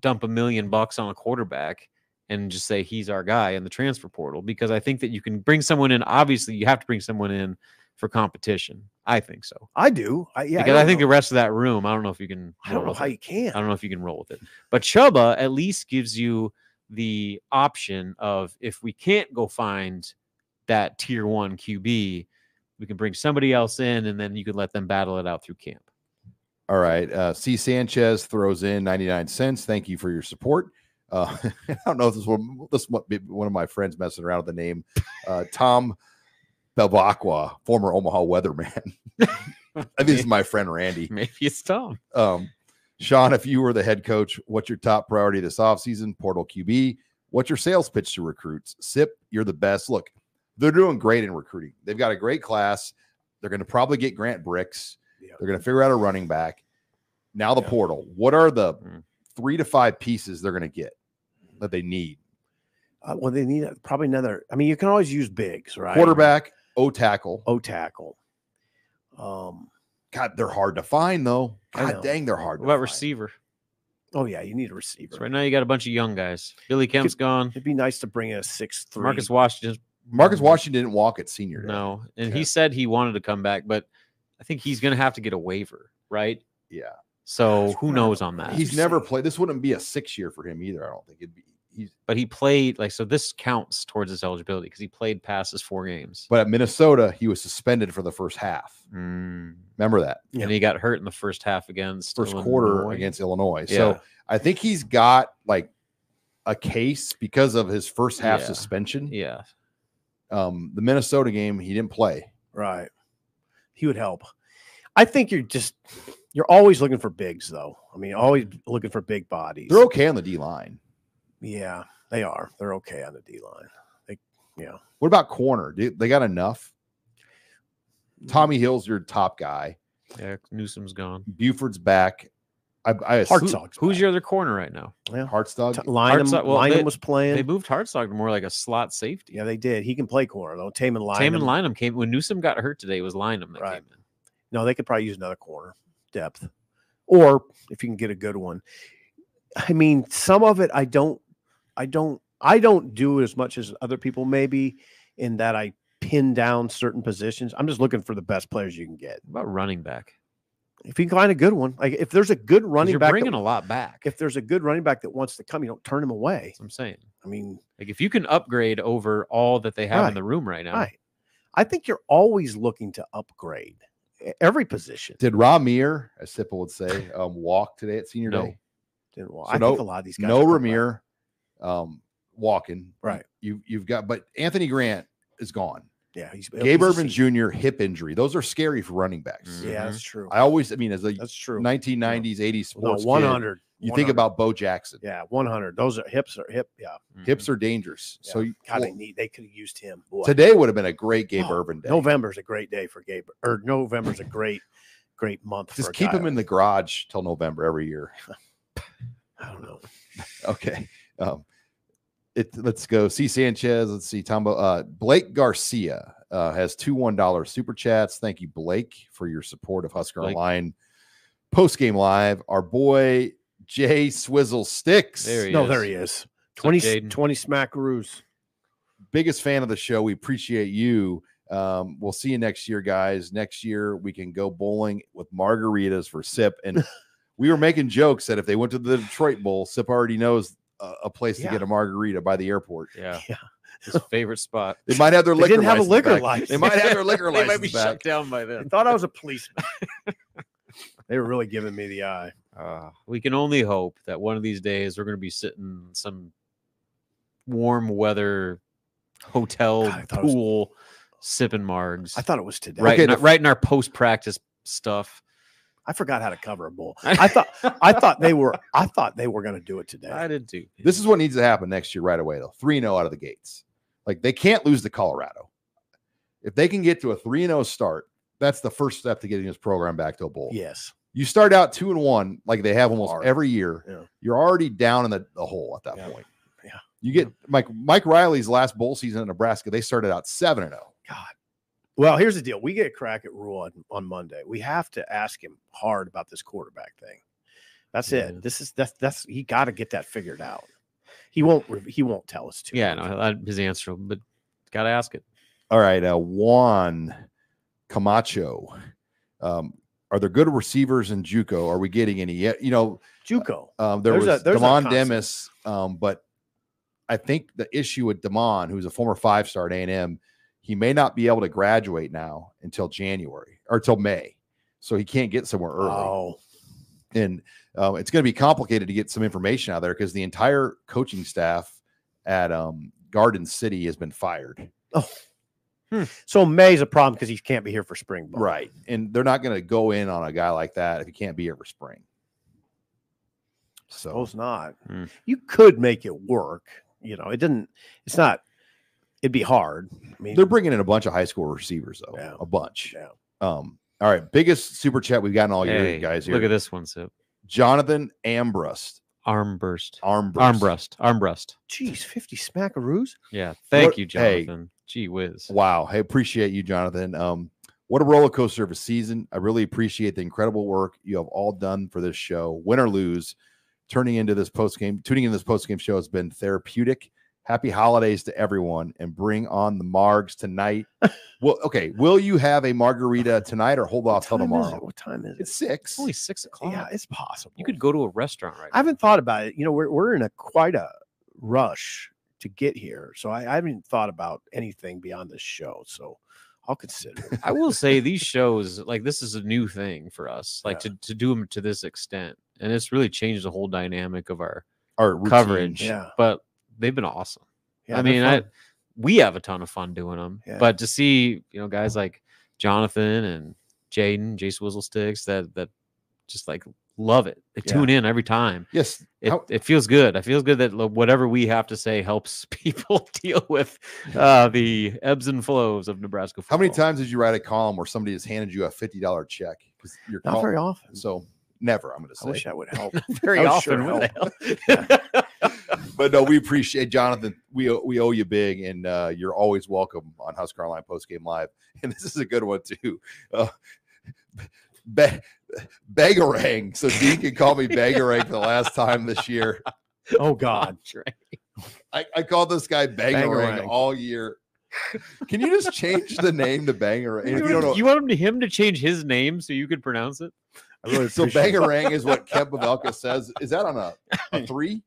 dump a million bucks on a quarterback and just say he's our guy in the transfer portal because I think that you can bring someone in. Obviously, you have to bring someone in for competition. I think so I do. I, yeah, because I, don't think know. the rest of that room, I don't know if you can. I don't roll know with how it. you can. I don't know if you can roll with it. But Chuba at least gives you the option of if we can't go find that tier one QB, we can bring somebody else in and then you can let them battle it out through camp. All right. Uh, C. Sanchez throws in 99 cents. Thank you for your support. Uh, I don't know if this one, this might be one of my friends messing around with the name uh, Tom Belbacqua, former Omaha weatherman. I think this is my friend Randy. Maybe it's Tom. Um, Sean, if you were the head coach, what's your top priority this offseason? Portal QB. What's your sales pitch to recruits? Sip, you're the best. Look, they're doing great in recruiting. They've got a great class. They're going to probably get Grant Bricks. Yeah. They're going to figure out a running back. Now the Yeah. portal. What are the Mm. three to five pieces they're going to get that they need? Uh, well, they need a- probably another. I mean, you can always use bigs, right? Quarterback, O tackle. Oh. O tackle. Um. God, they're hard to find though. I know. God dang, they're hard. What to about find. receiver? Oh yeah, you need a receiver. So right now you got a bunch of young guys. Billy Kemp's gone. It'd be nice to bring in a six three. Marcus Washington's Marcus Washington didn't walk at senior day. no. And Yeah. he said he wanted to come back, but I think he's going to have to get a waiver, right? Yeah. So That's who knows on that? He's never played. This wouldn't be a six year for him either. I don't think it'd be. He's but he played like so. This counts towards his eligibility because he played past his four games. but at Minnesota, he was suspended for the first half. Mm. Remember that Yeah. And he got hurt in the first half against first quarter Illinois. against Illinois. Yeah. So I think he's got like a case because of his first half Yeah. suspension. yeah. Um, the Minnesota game, he didn't play. Right. He would help. I think you're just you're always looking for bigs though. I mean, always looking for big bodies. They're okay on the D line. Yeah, they are. They're okay on the D line. What about corner? Do they got enough? Mm-hmm. Tommy Hill's your top guy. yeah. Newsom's gone. Buford's back. I, I assume Hartsog's Who's your other corner right now? Hartstog. Lynham, Hartsog- uh, well, they- Lynham was They playing. moved Hartsock to more like a slot safety. yeah, they did. He can play corner though. Tame and Lynham. Taman Lineham came when Newsom got hurt today. It was Lineham that Right. came in. No, they could probably use another corner depth, or if you can get a good one. I mean, some of it I don't, I don't, I don't do as much as other people maybe, in that I pin down certain positions. I'm just looking for the best players you can get. What about running back? 'Cause If you can find a good one, like if there's a good running you're back, bringing that, a lot back. if there's a good running back that wants to come, you don't turn him away. That's what I'm saying. I mean, Like if you can upgrade over all that they have Right. in the room right now, right? I think you're always looking to upgrade e- every position. Did Ramir, as Sipple would say, um, walk today at senior No. day? And, well, So I think no- a lot of these guys No are coming back. Ramir um, walking. Right. You you've got, but Anthony Grant is gone. Yeah, he's Gabe he's a Urban senior. Jr. hip injury. Those are scary for running backs. Mm. Yeah, that's true. Mm-hmm. I always, I mean, as a That's true. 1990s, 80s No, sports one kid, hundred. you think about Bo Jackson. yeah, one hundred. Those are hips are hip. Yeah, Mhm. Hips are dangerous. So you- God, they well, need. They could have used him. Boy. today would have been a great Gabe Oh, Urban day. November's a great day for Gabe. Or November's a great, great month. for Just a keep guy. him in the garage till November every year. I don't know. Okay. Um, it, let's go. See Sanchez. Let's see Tombo. Uh, Blake Garcia uh, has two one dollar super chats. Thank you, Blake, for your support of Husker Blake. Online post game live. Our boy Jay Swizzle sticks. There he no, is. there he is. 20, Jaden? 20 smackaroos. biggest fan of the show. We appreciate you. Um, we'll see you next year, guys. Next year we can go bowling with margaritas for Sip. And we were making jokes that if they went to the Detroit Bowl, Sip already knows a, a place to Yeah. get a margarita by the airport. Yeah. Yeah. His favorite spot. They might have their They liquor. didn't have a license liquor back. license. They might have their liquor they license might be back. shut down by I then. thought I was a policeman. they were really giving me the eye. Uh, we can only hope that one of these days we're going to be sitting in some warm weather hotel God, I thought it was- pool sipping margs. I thought it was today. right, Okay, in, our- the- right in our post practice stuff. I forgot how to cover a bowl. I thought. I thought they were. I thought they were going to do it today. I did too. This is what needs to happen next year right away, though. 3 0 out of the gates. Like they can't lose to Colorado. If they can get to a 3 0 start, that's the first step to getting this program back to a bowl. yes. You start out two and one, like they have almost Hard. every year. Yeah. You're already down in the, the hole at that Yeah. point. Yeah. You get Mike Mike Riley's last bowl season in Nebraska, they started out seven and oh. zero. God. Well, here's the deal. We get a crack at Rule on, on Monday. We have to ask him hard about this quarterback thing. That's Yeah. it. This is that's that's he got to get that figured out. He won't re- he won't tell us to. Yeah, no, I- his answer, but got to ask it. All right, uh, Juan Camacho. Um, are there good receivers in JUCO? Are we getting any yet? You know, JUCO. um, there There's a- was there's a Damon concept. Demis, um, but I think the issue with Damon, who's a former five star at A and M, he may not be able to graduate now until January or till May, so he can't get somewhere early. Oh, and um, it's going to be complicated to get some information out there because the entire coaching staff at um, Garden City has been fired. so May's a problem because he can't be here for spring ball. and they're not going to go in on a guy like that if he can't be here for spring. So Suppose not. Hmm. You could make it work. You know, it didn't. It's not. It'd be hard. I mean, they're bringing in a bunch of high school receivers though, Yeah. a bunch. yeah. Um, all right, biggest super chat we've gotten all year, Hey, guys. Here, look at this one, Sip. Jonathan Ambrust, Arm burst. Armbrust, Arm brust. Arm brust. Geez, fifty smackaroos. Yeah. Thank What- you, hey. Jonathan. Gee whiz. Wow, hey, appreciate you, Jonathan. Um, what a roller coaster of a season. I really appreciate the incredible work you have all done for this show. Win or lose, turning into this post game, tuning in this post game show has been therapeutic, Happy holidays to everyone and bring on the Margs tonight. well, okay. Will you have a margarita tonight or hold off till What time is it? tomorrow? What time is it? It's six. Only six o'clock. yeah, it's possible. you could go to a restaurant right I haven't thought about it. You know, we're we're in a quite a rush to get here, so I, I haven't thought about anything beyond this show. So I'll consider. it. I will say these shows, like this is a new thing for us, like to, to do them to this extent. And it's really changed the whole dynamic of our Or routine. coverage. Yeah. But they've been awesome. Yeah, I they're mean, I fun. we have a ton of fun doing them. Yeah. But to see, you know, guys like Jonathan and Jaden, Jace Whistlesticks, that that just like love it. They Yeah. tune in every time. Yes. It, How- it feels good. I feels good that lo- whatever we have to say helps people deal with uh, the ebbs and flows of Nebraska How football. Oh. many times did you write a column where somebody has handed you a fifty dollar check? Because you're not very often. so never. I'm going to I wish say, I would help. Very Oh, That would often. sure what the hell? but no, we appreciate Jonathan. We owe- we owe you big, and uh, you're always welcome on Husker Online Post Game Live. And this is a good one too. Uh, be- Bangarang. So Dean can call me Bangarang for the last time this year. oh God, I, I called this guy Bangarang, Bangarang. all year. Can you just change the name to Bangarang? If you don't know, you want him to, him to change his name so you could pronounce it? I really so appreciate it. Bangarang is what Kev Pavelka says. Is that on a, a three?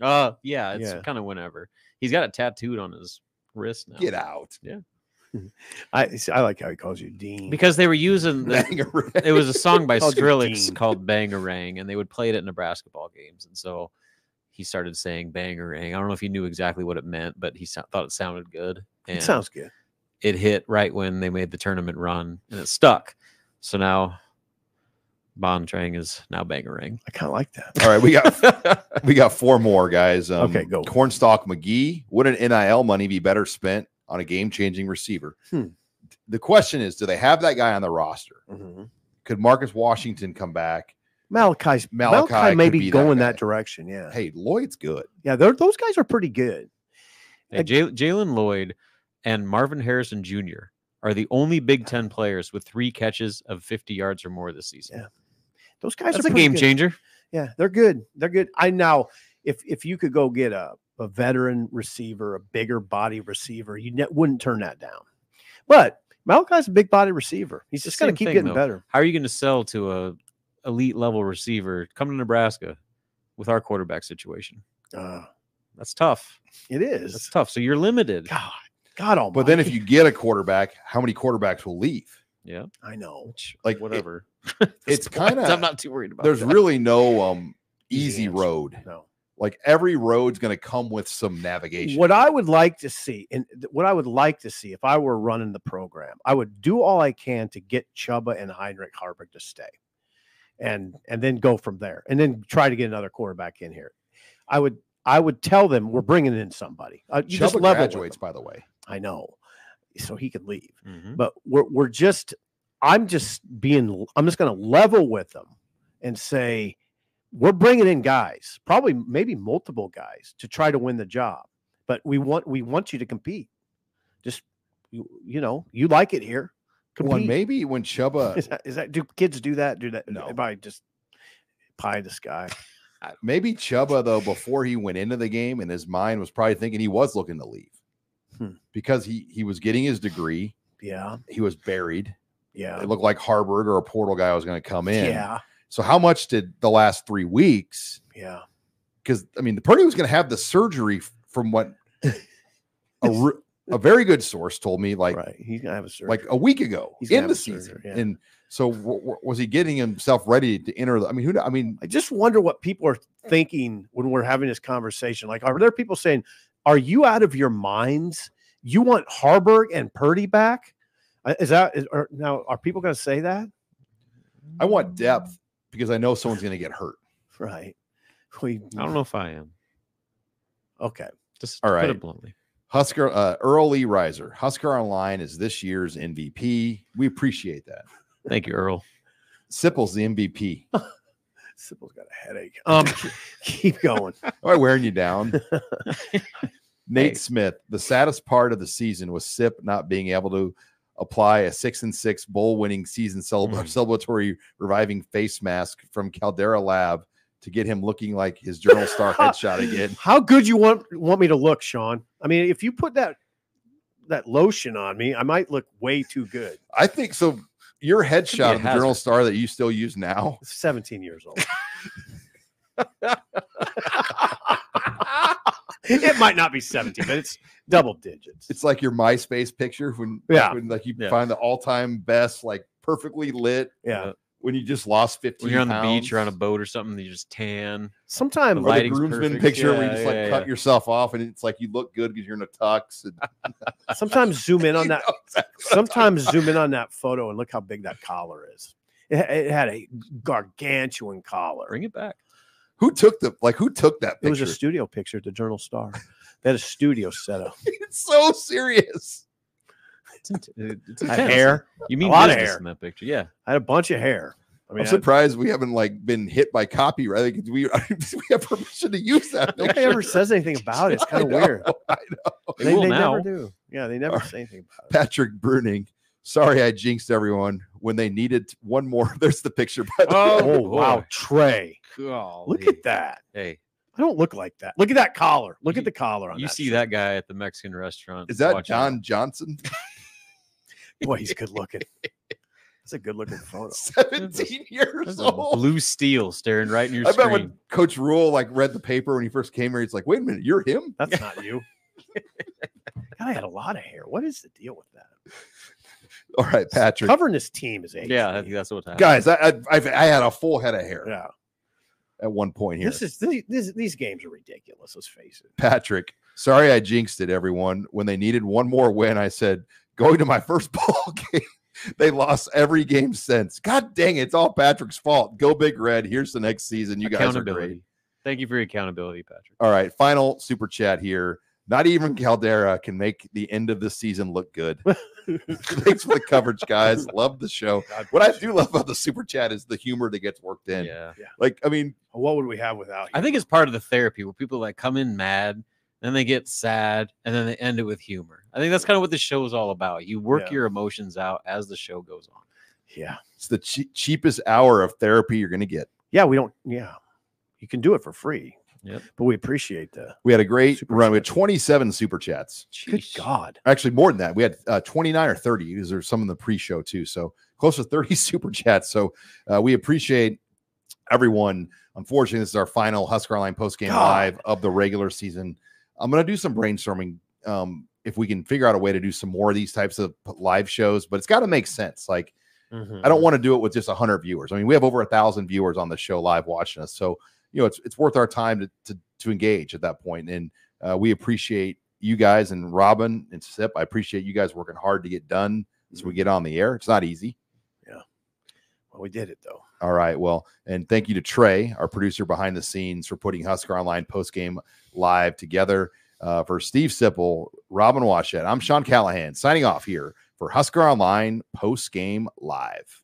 Uh yeah, it's Yeah. kind of whenever. He's got it tattooed on his wrist now. Get out. I see, I like how he calls you Dean Because they were using the, Bangarang. it was a song by Called you Skrillex Dean. called Bangarang, and they would play it at Nebraska ball games. And so he started saying Bangarang. I don't know if he knew exactly what it meant, but he so- thought it sounded good. And It sounds good. it hit right when they made the tournament run, and it stuck. So now Bontrang is now Bangarang. I kind of like that. All right, we got we got four more guys. Um, Okay, go. Cornstalk McGee. Wouldn't NIL money be better spent on a game changing receiver? Hmm. The question is, do they have that guy on the roster? Mhm. Could Marcus Washington come back? Malachi's Malachi Malachi, could may be be that going guy. that, direction. Yeah, Hey, Lloyd's good. yeah. they're- Those guys are pretty good. Hey, Jal- Jalen Lloyd and Marvin Harrison Jr. are the only Big Ten players with three catches of 50 yards or more this season. Yeah, Those guys That's are a pretty game good. changer. Yeah, they're good. They're good. I now, if if you could go get a, a veteran receiver, a bigger body receiver, you ne- wouldn't turn that down. But Malachi's a big body receiver. He's It's the just going same to keep thing, getting though. better. How are you going to sell to a elite level receiver? Come to Nebraska with our quarterback situation. Uh, That's tough. it That's is. tough. So you're limited. God, God Almighty. But then if you get a quarterback, how many quarterbacks will leave? Yeah. I know, Which, Like, it- whatever. At this it's point, kinda- I'm not too worried about. There's that. really no um Easy easy answer. road. no. Like every road's going to come with some navigation. What I would like to see, and th- what I would like to see if I were running the program, I would do all I can to get Chuba and Heinrich Harburg to stay, and and then go from there, and then try to get another quarterback in here. I would I would tell them we're bringing in somebody. Uh, you just Chuba level with graduates, them. by the way. I know, so he could leave Mm-hmm. Mhm. but we're we're just I'm just being I'm just going to level with them and say we're bringing in guys, probably maybe multiple guys to try to win the job, but we want we want you to compete. Just you, you know, you like it here. Well, and Compete. maybe when uh, Chuba is that is that do kids do that? Do that? No. Am I just pie in the sky? Maybe Chuba, though, before he went into the game, in his mind was probably thinking he was looking to leave Hmm. because he he was getting his degree. Yeah, He was buried. yeah, It looked like Harburg or a portal guy was going to come in. yeah, So how much did the last three weeks? yeah. Because I mean, the Purdy was going to have the surgery f- from what a, re- a very good source told me, like right. He's gonna have a surgery. like a week ago He's gonna in have the a surgery, season. yeah. And so w- w- was he getting himself ready to enter? The, I mean, who? kn- I mean, I just wonder what people are thinking when we're having this conversation. Like, are there people saying, "Are you out of your minds? You want Harburg and Purdy back?" Uh, Is that is, are, now? Are people going to say that? I want depth because I know someone's going to get hurt. Right. We, I don't know if I am. Okay. Just All to put right. it bluntly. Husker uh, Earl E. Riser. Husker Online is this year's MVP. We appreciate that. Thank you, Earl. Sipple's the MVP. Am Sybil's got a headache. Um, keep going. I wearing you down? Nate Hey. Smith. The saddest part of the season was Sip not being able to apply a six and six bowl winning season celeb- Mm. celebratory reviving face mask from Caldera Lab to get him looking like his Journal Star headshot again. How good you want want me to look, Sean? I mean, if you put that that lotion on me, I might look way too good. I think so. Your headshot of the hazard. Journal Star that you still use now. 17 years old. it might not be 17, but it's double digits. It's like your MySpace picture when, Yeah. when like you Yeah. find the all-time best, like perfectly lit yeah. when you just lost 15 When you're on the pounds. beach or on a boat or something, you just tan. Sometime The or the lighting's groomsman perfect. picture where you Yeah, just like yeah, cut yeah. yourself off and it's like you look good because you're in a tux. And, sometimes zoom in on that. Sometimes zoom in on that photo and look how big that collar is. It, it had a gargantuan collar. Bring it back. who took the like who took that It was picture? a studio picture at the Journal Star. They had a studio set up. it's so serious. It's int- it's I had intense. hair. You mean lot of business hair. in that picture? Yeah. I had a bunch of hair. I mean, I'm I- surprised we haven't like been hit by copyright. Like, we we have permission to use that. nobody picture. ever says anything about it. It's I kind of know, weird. I know. They, They, will they now. never do. Yeah, they never say anything about it. Patrick Bruning. Sorry, I jinxed everyone when they needed one more. There's the picture. By the way. Oh, wow, boy. Trey! Look Golly. at that. Hey, I don't look like that. Look at that collar. Look You- at the collar on you that see shirt. that guy at the Mexican restaurant. Is that watching it. John Johnson? Boy, he's good looking. That's a good looking photo. 17 years That's a old. blue steel staring right in your I bet screen. when Coach Rule like read the paper when he first came here, he's like, "Wait a minute, you're him." That's not you. God, I had a lot of hair. What is the deal with that? All right, Patrick. Covering this team is a yeah, I think that's what happened. Guys, I, I I've, I had a full head of hair yeah. at one point here. This is this, this, these games are ridiculous. Let's face it. Patrick, sorry I jinxed it, everyone. When they needed one more win, I said, going to my first ball game. They lost every game since. God dang it, it's all Patrick's fault. Go big red. Here's the next season. You guys are great. accountability. Thank you for your accountability, Patrick. All right, final super chat here. Not even Caldera can make the end of the season look good. Thanks for the coverage, guys. Love the show. God What I bless you. do love about the super chat is the humor that gets worked in. Yeah. Like, I mean, What would we have without you? I think it's part of the therapy where people like come in mad, then they get sad, and then they end it with humor. I think that's kind of what the show is all about. You work Yeah. your emotions out as the show goes on. yeah. it's the chea- cheapest hour of therapy you're going to get. Yeah, we don't. Yeah, you can do it for free. Yep. But we appreciate the. We had a great Super run. We had chats. 27 super chats. Good Jeez. God. Actually, more than that. We had uh, 29 or 30. These are some in the pre-show too. So close to 30 super chats. So uh, we appreciate everyone. Unfortunately, this is our final Husker Line postgame God. live of the regular season. I'm going to do some brainstorming um, if we can figure out a way to do some more of these types of p- live shows. But it's got to make sense. Like I Mm-hmm. Mm-hmm. don't want to do it with just 100 viewers. I mean, we have over a thousand viewers on the show live watching us, so you know it's it's worth our time to to, to engage at that point. And uh, we appreciate you guys and Robin and Sip. I appreciate you guys working hard to get done so we get on the air. It's not easy. Well, we did it though. All right. Well, and thank you to Trey, our producer behind the scenes, for putting Husker Online postgame live together. Uh, for Steve Sipple, Robin Washett, I'm Sean Callahan signing off here for Husker Online postgame live.